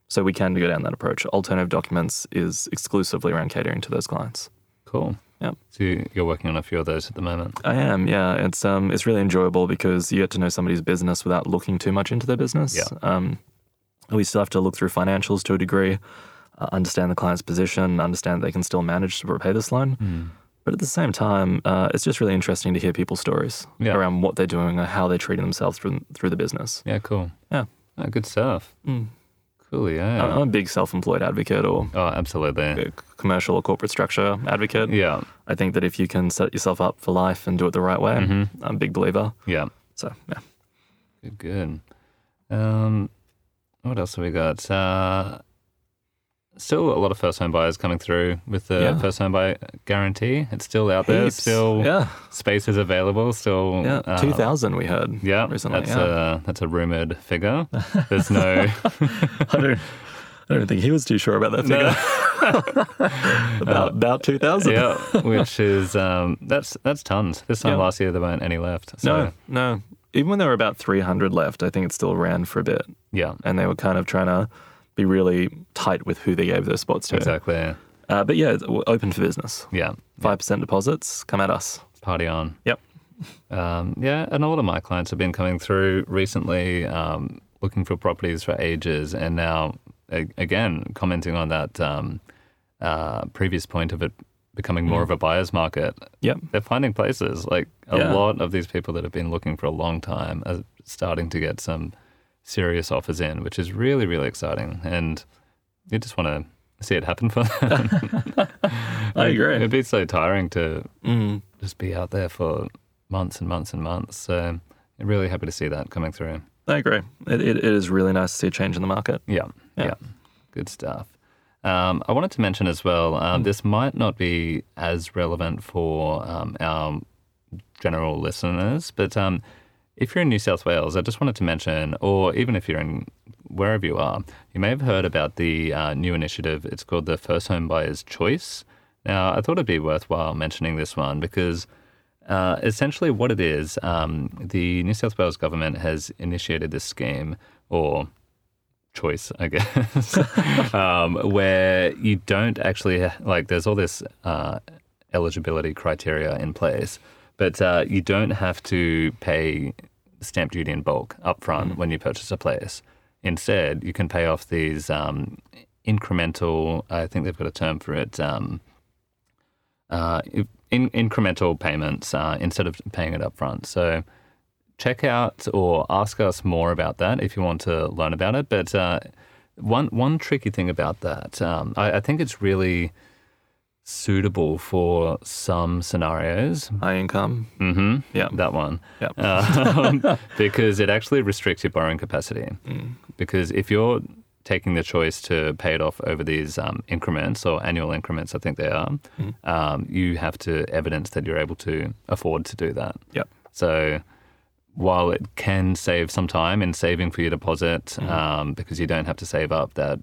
Speaker 1: So we can go down that approach. Alternative documents is exclusively around catering to those clients.
Speaker 2: Cool.
Speaker 1: Yep.
Speaker 2: So you- you're working on a few of those at the moment.
Speaker 1: I am, yeah. It's um, it's really enjoyable because you get to know somebody's business without looking too much into their business.
Speaker 2: Yeah.
Speaker 1: Um, we still have to look through financials to a degree, uh, understand the client's position, understand they can still manage to repay this loan.
Speaker 2: Hmm.
Speaker 1: But at the same time, uh, it's just really interesting to hear people's stories
Speaker 2: Yeah.
Speaker 1: around what they're doing or how they're treating themselves through, through the business.
Speaker 2: Yeah. Cool.
Speaker 1: Yeah.
Speaker 2: Oh, good stuff.
Speaker 1: Mm.
Speaker 2: Cool. Yeah.
Speaker 1: I'm- I'm a big self-employed advocate or
Speaker 2: oh, absolutely.
Speaker 1: uh, commercial or corporate structure advocate.
Speaker 2: Yeah.
Speaker 1: I think that if you can set yourself up for life and do it the right way,
Speaker 2: Mm-hmm.
Speaker 1: I'm a big believer.
Speaker 2: Yeah.
Speaker 1: So yeah.
Speaker 2: Good. Good. Um, what else have we got? Uh, still a lot of first home buyers coming through with the
Speaker 1: Yeah.
Speaker 2: first home buy guarantee. It's still out there.
Speaker 1: Heaps.
Speaker 2: Still
Speaker 1: yeah.
Speaker 2: space is available. Still.
Speaker 1: Yeah,
Speaker 2: uh,
Speaker 1: 2000 we heard.
Speaker 2: Yeah,
Speaker 1: recently,
Speaker 2: that's
Speaker 1: yeah.
Speaker 2: a that's a rumored figure. There's no
Speaker 1: I don't, I don't think he was too sure about that figure. about, about 2000.
Speaker 2: yeah, which is um, that's that's tons. This time
Speaker 1: Yeah.
Speaker 2: last year there weren't any left. So
Speaker 1: No, no. Even when there were about 300 left, I think it still ran for a bit.
Speaker 2: yeah,
Speaker 1: And they were kind of trying to be really tight with who they gave those spots to.
Speaker 2: exactly.
Speaker 1: Uh, but yeah, it's open for business.
Speaker 2: Yeah,
Speaker 1: 5% deposits, come at us.
Speaker 2: party on.
Speaker 1: Yep.
Speaker 2: Um, yeah, and a lot of my clients have been coming through recently, um, looking for properties for ages, and now a- again commenting on that um, uh, previous point of it becoming more of a buyer's market.
Speaker 1: Hmm. Yep.
Speaker 2: They're finding places. Like a
Speaker 1: Yeah.
Speaker 2: lot of these people that have been looking for a long time are starting to get some serious offers in, which is really, really exciting. And you just want to see it happen for them.
Speaker 1: I agree.
Speaker 2: It'd be so tiring to
Speaker 1: Mm.
Speaker 2: just be out there for months and months and months. So I'm really happy to see that coming through.
Speaker 1: I agree. It, it, it is really nice to see a change in the market.
Speaker 2: Yeah, yeah,
Speaker 1: Yeah.
Speaker 2: good stuff. Um, I wanted to mention as well. Um, This might not be as relevant for um, our general listeners, but um, if you're in New South Wales, I just wanted to mention, or even if you're in wherever you are, you may have heard about the uh, new initiative. It's called the First Home Buyer's Choice. Now, I thought it'd be worthwhile mentioning this one because uh, essentially what it is, um, the New South Wales government has initiated this scheme or choice, I guess, um, where you don't actually like. There's all this uh, eligibility criteria in place, but uh, you don't have to pay stamp duty in bulk upfront when you purchase a place. Instead, you can pay off these um, incremental. I think they've got a term for it. Um, uh, in, incremental payments uh, instead of paying it upfront. So check out or ask us more about that if you want to learn about it. But uh, one one tricky thing about that, um, I, I think it's really suitable for some scenarios.
Speaker 1: High income.
Speaker 2: hmm
Speaker 1: Yeah.
Speaker 2: that one.
Speaker 1: Yeah.
Speaker 2: Um, because it actually restricts your borrowing capacity. Because if you're taking the choice to pay it off over these um, increments or annual increments, I think they are, um, you have to evidence that you're able to afford to do that.
Speaker 1: Yep.
Speaker 2: So while it can save some time in saving for your deposit,
Speaker 1: Mm-hmm.
Speaker 2: um, because you don't have to save up that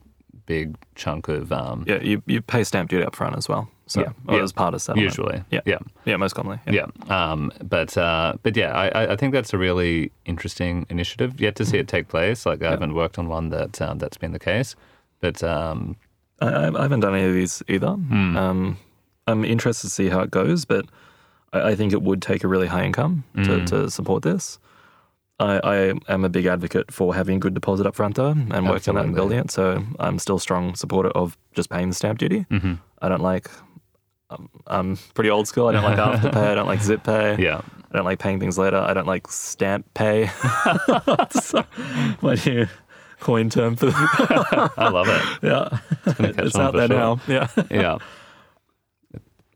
Speaker 2: big chunk of um,
Speaker 1: Yeah. You, you pay stamp duty up front as well. So,
Speaker 2: Yeah.
Speaker 1: or
Speaker 2: Yeah.
Speaker 1: as part of settlement.
Speaker 2: usually,
Speaker 1: Yeah.
Speaker 2: yeah.
Speaker 1: Yeah. Most commonly.
Speaker 2: Yeah. Um, but uh, but yeah, I, I- I think that's a really interesting initiative. Yet to
Speaker 1: Mm-hmm.
Speaker 2: see it take place. Like I haven't worked on one that um, that's been the case. But um,
Speaker 1: I, I haven't done any of these either.
Speaker 2: Hmm.
Speaker 1: Um, I'm interested to see how it goes, but I, I think it would take a really high income
Speaker 2: Hmm.
Speaker 1: to, to support this. I, I am a big advocate for having good deposit up front, though, and working on that
Speaker 2: Absolutely.
Speaker 1: and
Speaker 2: Mm-hmm.
Speaker 1: building it. So I'm still a strong supporter of just paying the stamp duty. I don't like um, I'm pretty old school. I don't like Afterpay. I don't like Zip Pay.
Speaker 2: Yeah.
Speaker 1: I don't like paying things later. I don't like stamp pay. It's my new coin term for that.
Speaker 2: I love it.
Speaker 1: Yeah.
Speaker 2: gonna catch
Speaker 1: it's
Speaker 2: on
Speaker 1: out
Speaker 2: for
Speaker 1: there
Speaker 2: sure.
Speaker 1: now. Yeah.
Speaker 2: Yeah.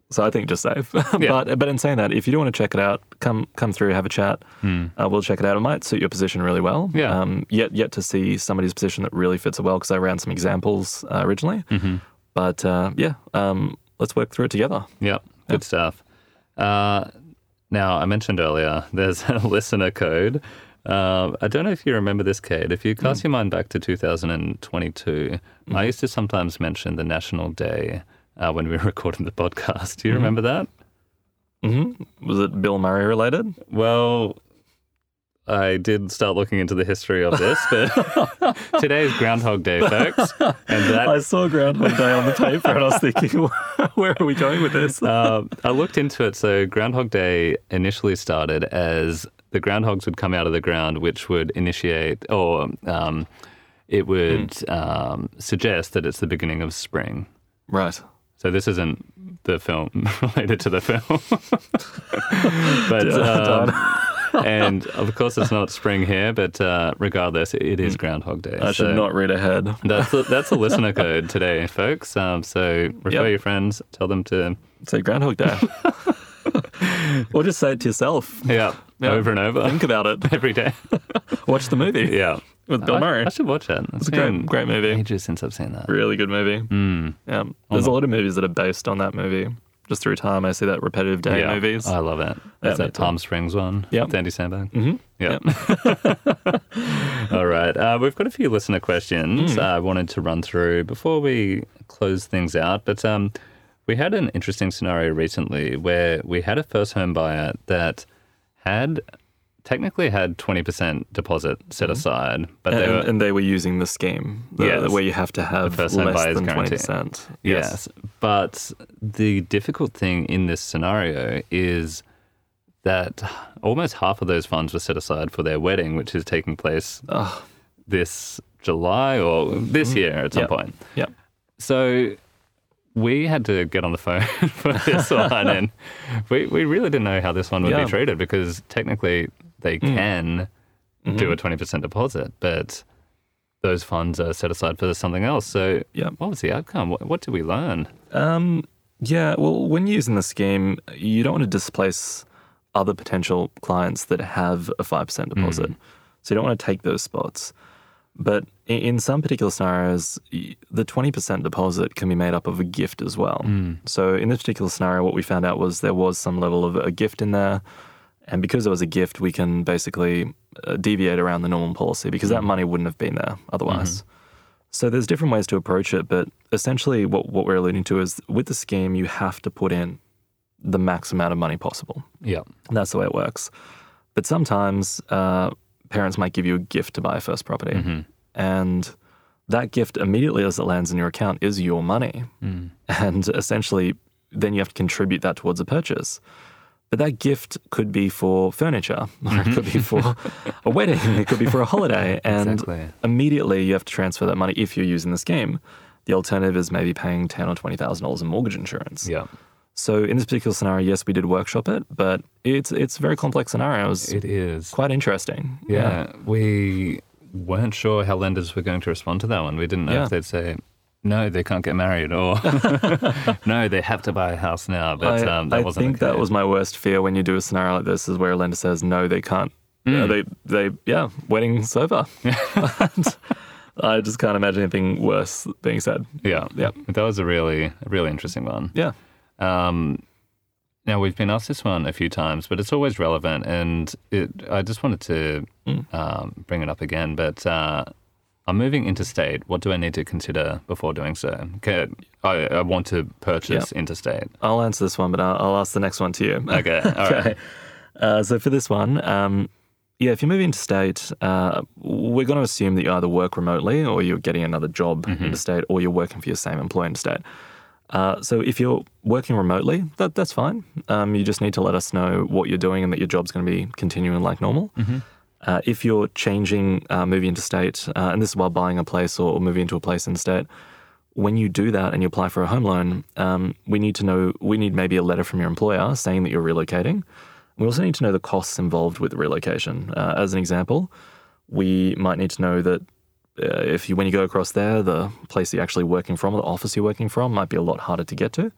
Speaker 1: So I think just save. But but in saying that, if you do want to check it out, come come through, have a chat. Uh, we'll check it out. It might suit your position really well.
Speaker 2: Yeah.
Speaker 1: Um, yet yet to see somebody's position that really fits it well because I ran some examples uh, originally. But uh, yeah, um, let's work through it together.
Speaker 2: Yep. Good stuff. Uh, now, I mentioned earlier there's a listener code. Um, I don't know if you remember this, Kate. If you cast your mind back to 2022, I used to sometimes mention the National Day uh, when we recorded the podcast. Do you remember that?
Speaker 1: Mm-hmm. Was it Bill Murray related?
Speaker 2: Well, I did start looking into the history of this, but today is Groundhog Day, folks. And that
Speaker 1: I saw Groundhog Day on the paper and I was thinking, where are we going with this?
Speaker 2: Um, I looked into it. So Groundhog Day initially started as the groundhogs would come out of the ground, which would initiate, or um, it would
Speaker 1: Hmm.
Speaker 2: um, suggest that it's the beginning of spring.
Speaker 1: right.
Speaker 2: So this isn't the film related to the film, but um, and of course it's not spring here. But uh, regardless, it is Groundhog Day.
Speaker 1: Hmm. I should
Speaker 2: So-
Speaker 1: not read ahead.
Speaker 2: That's the, that's the listener code today, folks. Um, so refer
Speaker 1: Yep.
Speaker 2: your friends, tell them to
Speaker 1: Say Groundhog Day. or just say it to yourself.
Speaker 2: yeah
Speaker 1: Yeah.
Speaker 2: over and over
Speaker 1: Think about it.
Speaker 2: every day.
Speaker 1: Watch the movie
Speaker 2: Yeah.
Speaker 1: with Bill
Speaker 2: I-
Speaker 1: Murray.
Speaker 2: I, should watch it.
Speaker 1: It's
Speaker 2: It's,
Speaker 1: a great, great movie.
Speaker 2: ages since I've seen that.
Speaker 1: Really good movie.
Speaker 2: Hmm.
Speaker 1: Yeah. There's a lot of movies that are based on that movie. Just through time, I see that repetitive day movies.
Speaker 2: Oh, I love it. That's
Speaker 1: me
Speaker 2: that
Speaker 1: too.
Speaker 2: Palm Springs one.
Speaker 1: Yep.
Speaker 2: Dandy Sandberg. Mm-hmm. Yeah. All right. Uh, we've got a few listener
Speaker 1: Hmm.
Speaker 2: questions uh, I wanted to run through before we close things out. But um, we had an interesting scenario recently where we had a first home buyer that had technically had 20% deposit set
Speaker 1: Mm-hmm.
Speaker 2: aside, but
Speaker 1: and,
Speaker 2: they were,
Speaker 1: and- and they were using the scheme the,
Speaker 2: Yes.
Speaker 1: where you have to have
Speaker 2: first time
Speaker 1: less
Speaker 2: buyer's
Speaker 1: than
Speaker 2: guarantee.
Speaker 1: 20%.
Speaker 2: Yes. But the difficult thing in this scenario is that almost half of those funds were set aside for their wedding, which is taking place this July or this year at some
Speaker 1: Yep.
Speaker 2: point.
Speaker 1: Yep.
Speaker 2: So we had to get on the phone for this one, and we, we really didn't know how this one would
Speaker 1: Yeah.
Speaker 2: be treated because technically they can do a 20% deposit, but those funds are set aside for something else. So,
Speaker 1: Yep.
Speaker 2: what was the outcome? What, what did we learn?
Speaker 1: Um, yeah, well, when using the scheme, you don't want to displace other potential clients that have a 5% deposit. So you don't want to take those spots. But i- in some particular scenarios, y- the 20% deposit can be made up of a gift as well. So in this particular scenario, what we found out was there was some level of a gift in there. And because there was a gift, we can basically uh, deviate around the normal policy because that money wouldn't have been there otherwise. So there's different ways to approach it, but essentially what, what we're alluding to is with the scheme, you have to put in the max amount of money possible.
Speaker 2: Yeah.
Speaker 1: And that's the way it works. But sometimes uh, parents might give you a gift to buy a first property. And that gift immediately as it lands in your account is your money. And essentially, then you have to contribute that towards a purchase. But that gift could be for furniture, or it could be for a wedding, it could be for a holiday. And
Speaker 2: Exactly.
Speaker 1: immediately you have to transfer that money if you're using this game. The alternative is maybe paying ten or twenty thousand dollars in mortgage insurance.
Speaker 2: Yeah.
Speaker 1: So in this particular scenario, yes, we did workshop it, but it's it's very complex scenarios.
Speaker 2: It is.
Speaker 1: quite interesting.
Speaker 2: yeah. We weren't sure how lenders were going to respond to that one. We didn't know
Speaker 1: Yeah.
Speaker 2: if they'd say, no, they can't get married, or no, they have to buy a house now. But
Speaker 1: I,
Speaker 2: um, that
Speaker 1: I
Speaker 2: wasn't
Speaker 1: think
Speaker 2: the
Speaker 1: that
Speaker 2: case.
Speaker 1: was my worst fear when you do a scenario like this, is where a lender says no, they can't.
Speaker 2: Hmm.
Speaker 1: Yeah, they they yeah, wedding's over. And I just can't imagine anything worse being said.
Speaker 2: Yeah.
Speaker 1: Yeah.
Speaker 2: That was a really, a really interesting one.
Speaker 1: Yeah,
Speaker 2: Um, now we've been asked this one a few times, but it's always relevant, and it, I just wanted to
Speaker 1: Hmm.
Speaker 2: um, bring it up again. But uh, I'm moving interstate. What do I need to consider before doing so? Okay, I, I want to purchase interstate.
Speaker 1: I'll answer this one, but I'll, I'll ask the next one to you.
Speaker 2: Okay, all right.
Speaker 1: Okay. Uh, so for this one, um, yeah, if you move interstate, uh, we're going to assume that you either work remotely or you're getting another job interstate or you're working for your same employer interstate. Uh, so if you're working remotely, that, that's fine. Um, you just need to let us know what you're doing and that your job's going to be continuing like normal. Uh, if you're changing, uh, moving interstate, uh, and this is while buying a place or, or moving into a place interstate, when you do that and you apply for a home loan, um, we need to know, we need maybe a letter from your employer saying that you're relocating. We also need to know the costs involved with relocation. Uh, as an example, we might need to know that uh, if you, when you go across there, the place you're actually working from, or the office you're working from, might be a lot harder to get to.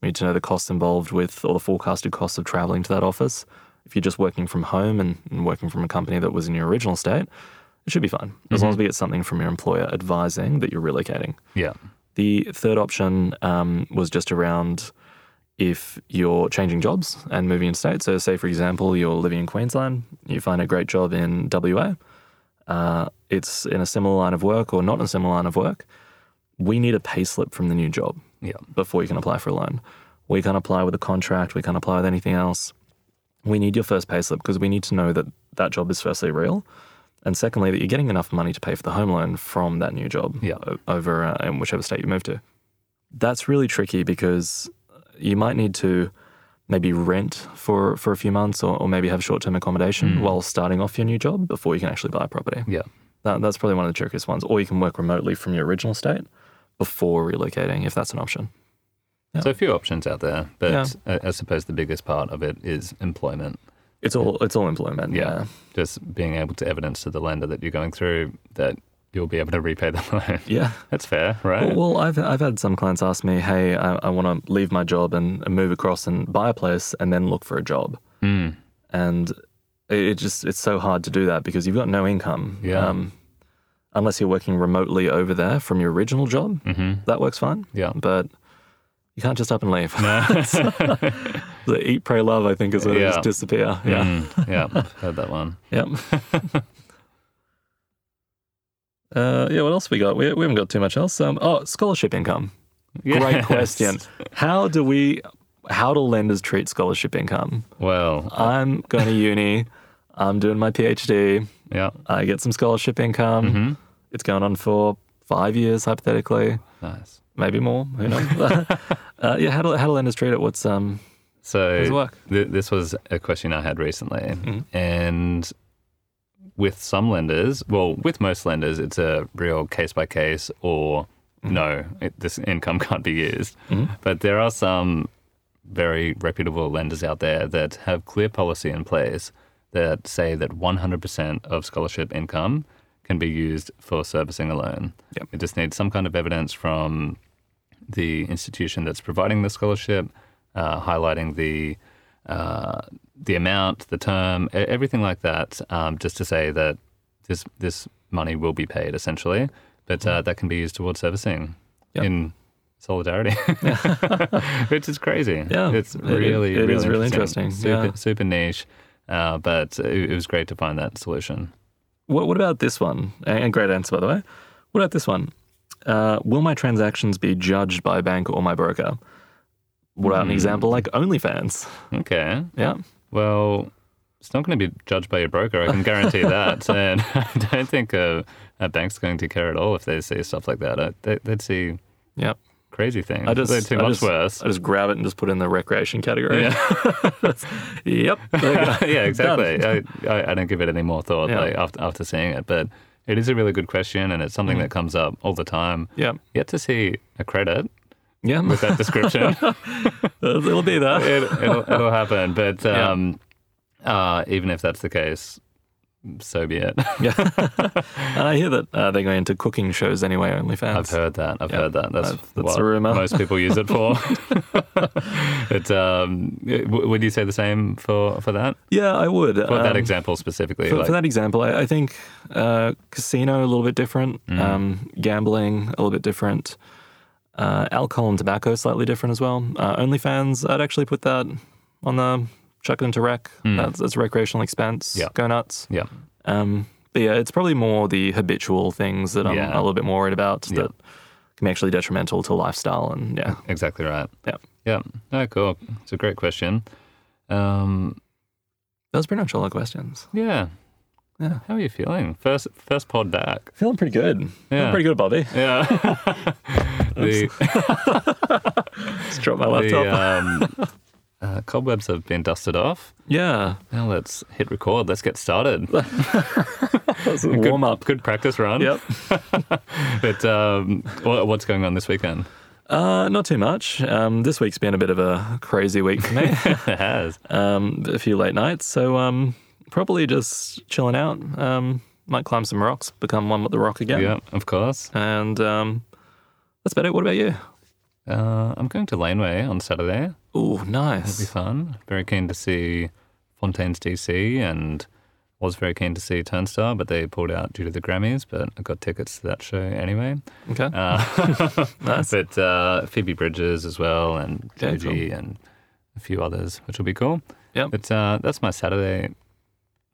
Speaker 1: We need to know the costs involved with, or the forecasted costs of traveling to that office. If you're just working from home and, and working from a company that was in your original state, it should be fine, as long as we get something from your employer advising that you're relocating.
Speaker 2: Yeah.
Speaker 1: The third option um, was just around if you're changing jobs and moving in state. So, say for example, you're living in Queensland, you find a great job in WA. Uh, it's in a similar line of work or not in a similar line of work. We need a payslip from the new job
Speaker 2: Yeah.
Speaker 1: before you can apply for a loan. We can't apply with a contract. We can't apply with anything else. We need your first payslip because we need to know that that job is firstly real, and secondly that you're getting enough money to pay for the home loan from that new job
Speaker 2: Yeah.
Speaker 1: o- over uh, in whichever state you move to. That's really tricky because you might need to maybe rent for, for a few months or, or maybe have short term accommodation while starting off your new job before you can actually buy a property.
Speaker 2: Yeah.
Speaker 1: That, that's probably one of the trickiest ones. Or you can work remotely from your original state before relocating if that's an option.
Speaker 2: So a few options out there, but I, I suppose the biggest part of it is employment.
Speaker 1: It's all it's all employment.
Speaker 2: Yeah. Just being able to evidence to the lender that you're going through that you'll be able to repay the loan.
Speaker 1: Yeah.
Speaker 2: That's fair, right?
Speaker 1: Well, well, I've I've had some clients ask me, "Hey, I, I want to leave my job and, and move across and buy a place and then look for a job."
Speaker 2: Mm.
Speaker 1: And it, it just it's so hard to do that because you've got no income. Um,
Speaker 2: Yeah.
Speaker 1: unless you're working remotely over there from your original job, that works fine.
Speaker 2: Mm-hmm. Yeah.
Speaker 1: But you can't just up and leave. the eat, pray, love. I think is where they
Speaker 2: Yeah.
Speaker 1: just disappear. Yeah.
Speaker 2: Mm, yeah. I've Heard that one.
Speaker 1: Yep. uh, yeah, what else we got? We, we haven't got too much else. Um, oh, scholarship income. Great
Speaker 2: Yes.
Speaker 1: question. How do we, how do lenders treat scholarship income?
Speaker 2: Well,
Speaker 1: I'm going to uni, I'm doing my PhD,
Speaker 2: yeah.
Speaker 1: I get some scholarship income. It's going on for five years, hypothetically,
Speaker 2: Nice.
Speaker 1: maybe more, who knows? uh, yeah, how do, how do lenders treat it? What's, um,
Speaker 2: So
Speaker 1: it work?
Speaker 2: th- this was a question I had recently, and with some lenders, well, with most lenders, it's a real case by case or no, it, this income can't be used. But there are some very reputable lenders out there that have clear policy in place that say that 100% of scholarship income can be used for servicing a loan.
Speaker 1: Yep.
Speaker 2: It just needs some kind of evidence from the institution that's providing the scholarship, uh, highlighting the uh, the amount, the term, e- everything like that, um, just to say that this this money will be paid essentially, but uh, that can be used towards servicing
Speaker 1: Mm. Yep.
Speaker 2: in solidarity, which is crazy.
Speaker 1: Yeah,
Speaker 2: it's
Speaker 1: it-
Speaker 2: really
Speaker 1: it
Speaker 2: really
Speaker 1: is really interesting,
Speaker 2: Super,
Speaker 1: yeah.
Speaker 2: super niche, uh, but it, it was great to find that solution.
Speaker 1: What, what about this one? A- And great answer, by the way. What about this one? Uh, will my transactions be judged by a bank or my broker? What
Speaker 2: Hmm.
Speaker 1: about an example like OnlyFans?
Speaker 2: Okay,
Speaker 1: Yeah.
Speaker 2: Well, it's not going to be judged by your broker. I can guarantee that. and I don't think a, a bank's going to care at all if they see stuff like that. Uh, They, they'd see
Speaker 1: Yeah.
Speaker 2: crazy things.
Speaker 1: I just,
Speaker 2: they'd see
Speaker 1: I
Speaker 2: much
Speaker 1: just-
Speaker 2: worse.
Speaker 1: I just grab it and just put it in the recreation category. yep. There you go.
Speaker 2: yeah, exactly. I, I, I don't give it any more thought
Speaker 1: Yeah.
Speaker 2: like, after, after seeing it. But it is a really good question, and it's something
Speaker 1: Mm-hmm.
Speaker 2: that comes up all the time.
Speaker 1: Yep.
Speaker 2: Yet to see a credit
Speaker 1: Yeah.
Speaker 2: with that description.
Speaker 1: It'll be that.
Speaker 2: it, it'll, it'll happen. But um, uh, even if that's the case, so be it.
Speaker 1: And I hear that uh, they're going into cooking shows anyway, OnlyFans.
Speaker 2: I've heard that. I've heard that. That's,
Speaker 1: I've- that's
Speaker 2: what
Speaker 1: a rumor.
Speaker 2: most people use it for. but um, w- would you say the same for, for that?
Speaker 1: Yeah, I would.
Speaker 2: For that
Speaker 1: Um,
Speaker 2: example specifically?
Speaker 1: For,
Speaker 2: like,
Speaker 1: for that example, I, I think uh, casino a little bit different,
Speaker 2: Mm.
Speaker 1: um, gambling a little bit different, uh, alcohol and tobacco slightly different as well. Uh, OnlyFans, I'd actually put that on the chuck it into rec. That's, that's a recreational expense.
Speaker 2: Mm. Yeah.
Speaker 1: Go nuts.
Speaker 2: yeah.
Speaker 1: Um, but yeah, it's probably more the habitual things that I'm
Speaker 2: Yeah.
Speaker 1: a little bit more worried about
Speaker 2: Yeah.
Speaker 1: that can be actually detrimental to lifestyle. And yeah,
Speaker 2: Exactly right.
Speaker 1: yeah,
Speaker 2: Yeah. Oh, cool. It's a great question. Um,
Speaker 1: those are pretty much all our questions.
Speaker 2: yeah.
Speaker 1: Yeah.
Speaker 2: How are you feeling? First first pod back.
Speaker 1: Feeling pretty good. Feeling
Speaker 2: Yeah.
Speaker 1: pretty good, Bobby.
Speaker 2: Yeah. the
Speaker 1: Just dropped my laptop.
Speaker 2: the um, uh, cobwebs have been dusted off.
Speaker 1: yeah.
Speaker 2: Now let's hit record. Let's get started.
Speaker 1: That's a warm up.
Speaker 2: Good practice run.
Speaker 1: Yep.
Speaker 2: But um, wha- what's going on this weekend?
Speaker 1: Uh, not too much. Um, this week's been a bit of a crazy week for me.
Speaker 2: It has.
Speaker 1: um, a few late nights. So um, probably just chilling out. Um, might climb some rocks, become one with the rock again.
Speaker 2: Yeah, of course.
Speaker 1: And um, that's about it. What about you?
Speaker 2: Uh, I'm going to Laneway on Saturday.
Speaker 1: Oh,
Speaker 2: be
Speaker 1: nice.
Speaker 2: fun. Very keen to see Fontaine's DC and was very keen to see Turnstile, but they pulled out due to the Grammys, but I got tickets to that show anyway.
Speaker 1: Okay.
Speaker 2: Uh,
Speaker 1: Nice.
Speaker 2: But uh, Phoebe Bridges as well and
Speaker 1: Yeah,
Speaker 2: Joji and a few others, which will be cool.
Speaker 1: Yep.
Speaker 2: But uh, that's my Saturday.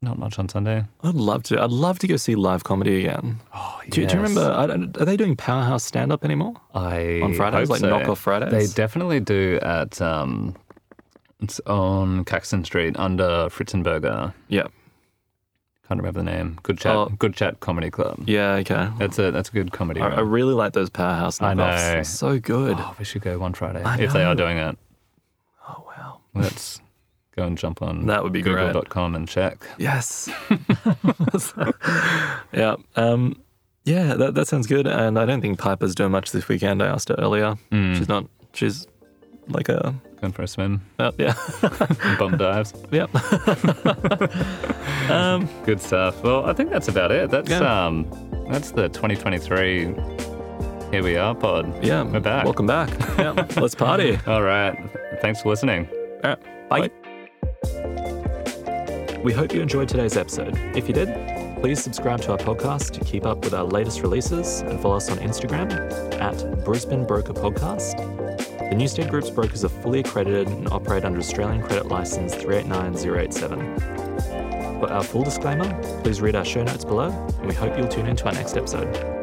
Speaker 2: Not much on Sunday.
Speaker 1: I'd love to. I'd love to go see live comedy again.
Speaker 2: Oh,
Speaker 1: Do, you do you remember? I don't- Are they doing Powerhouse stand up anymore?
Speaker 2: I
Speaker 1: on Fridays,
Speaker 2: hope
Speaker 1: like
Speaker 2: so.
Speaker 1: knock off Fridays?
Speaker 2: They definitely do at um, it's on Caxton Street under Fritzenberger.
Speaker 1: Yeah.
Speaker 2: Can't remember the name. Good chat.
Speaker 1: Oh.
Speaker 2: Good chat comedy club.
Speaker 1: Yeah. Okay.
Speaker 2: That's a that's a good comedy.
Speaker 1: I, I
Speaker 2: room.
Speaker 1: really like those Powerhouse
Speaker 2: I
Speaker 1: knockoffs.
Speaker 2: know.
Speaker 1: So good.
Speaker 2: oh, we should go one Friday
Speaker 1: I
Speaker 2: if they are
Speaker 1: know.
Speaker 2: doing it.
Speaker 1: Oh wow.
Speaker 2: Let's go and jump on.
Speaker 1: That would be great.
Speaker 2: Google.com and check.
Speaker 1: Yes. yeah. Um, yeah, that, that sounds good. And I don't think Piper's doing much this weekend. I asked her earlier. She's not, she's like a,
Speaker 2: Going for a swim.
Speaker 1: uh, yeah,
Speaker 2: Bump dives.
Speaker 1: yep. um,
Speaker 2: Good stuff. Well, I think that's about it. That's
Speaker 1: Yeah.
Speaker 2: um, that's the 2023. Here we are, pod.
Speaker 1: yeah.
Speaker 2: we're back.
Speaker 1: Welcome back. Yeah. Let's party.
Speaker 2: All right. Thanks for listening.
Speaker 1: All right. Bye. We hope you enjoyed today's episode. If you did, please subscribe to our podcast to keep up with our latest releases and follow us on Instagram at Brisbane Broker Podcast. The Newstead Group's brokers are fully accredited and operate under Australian Credit License 389087. For our full disclaimer, please read our show notes below, and we hope you'll tune in to our next episode.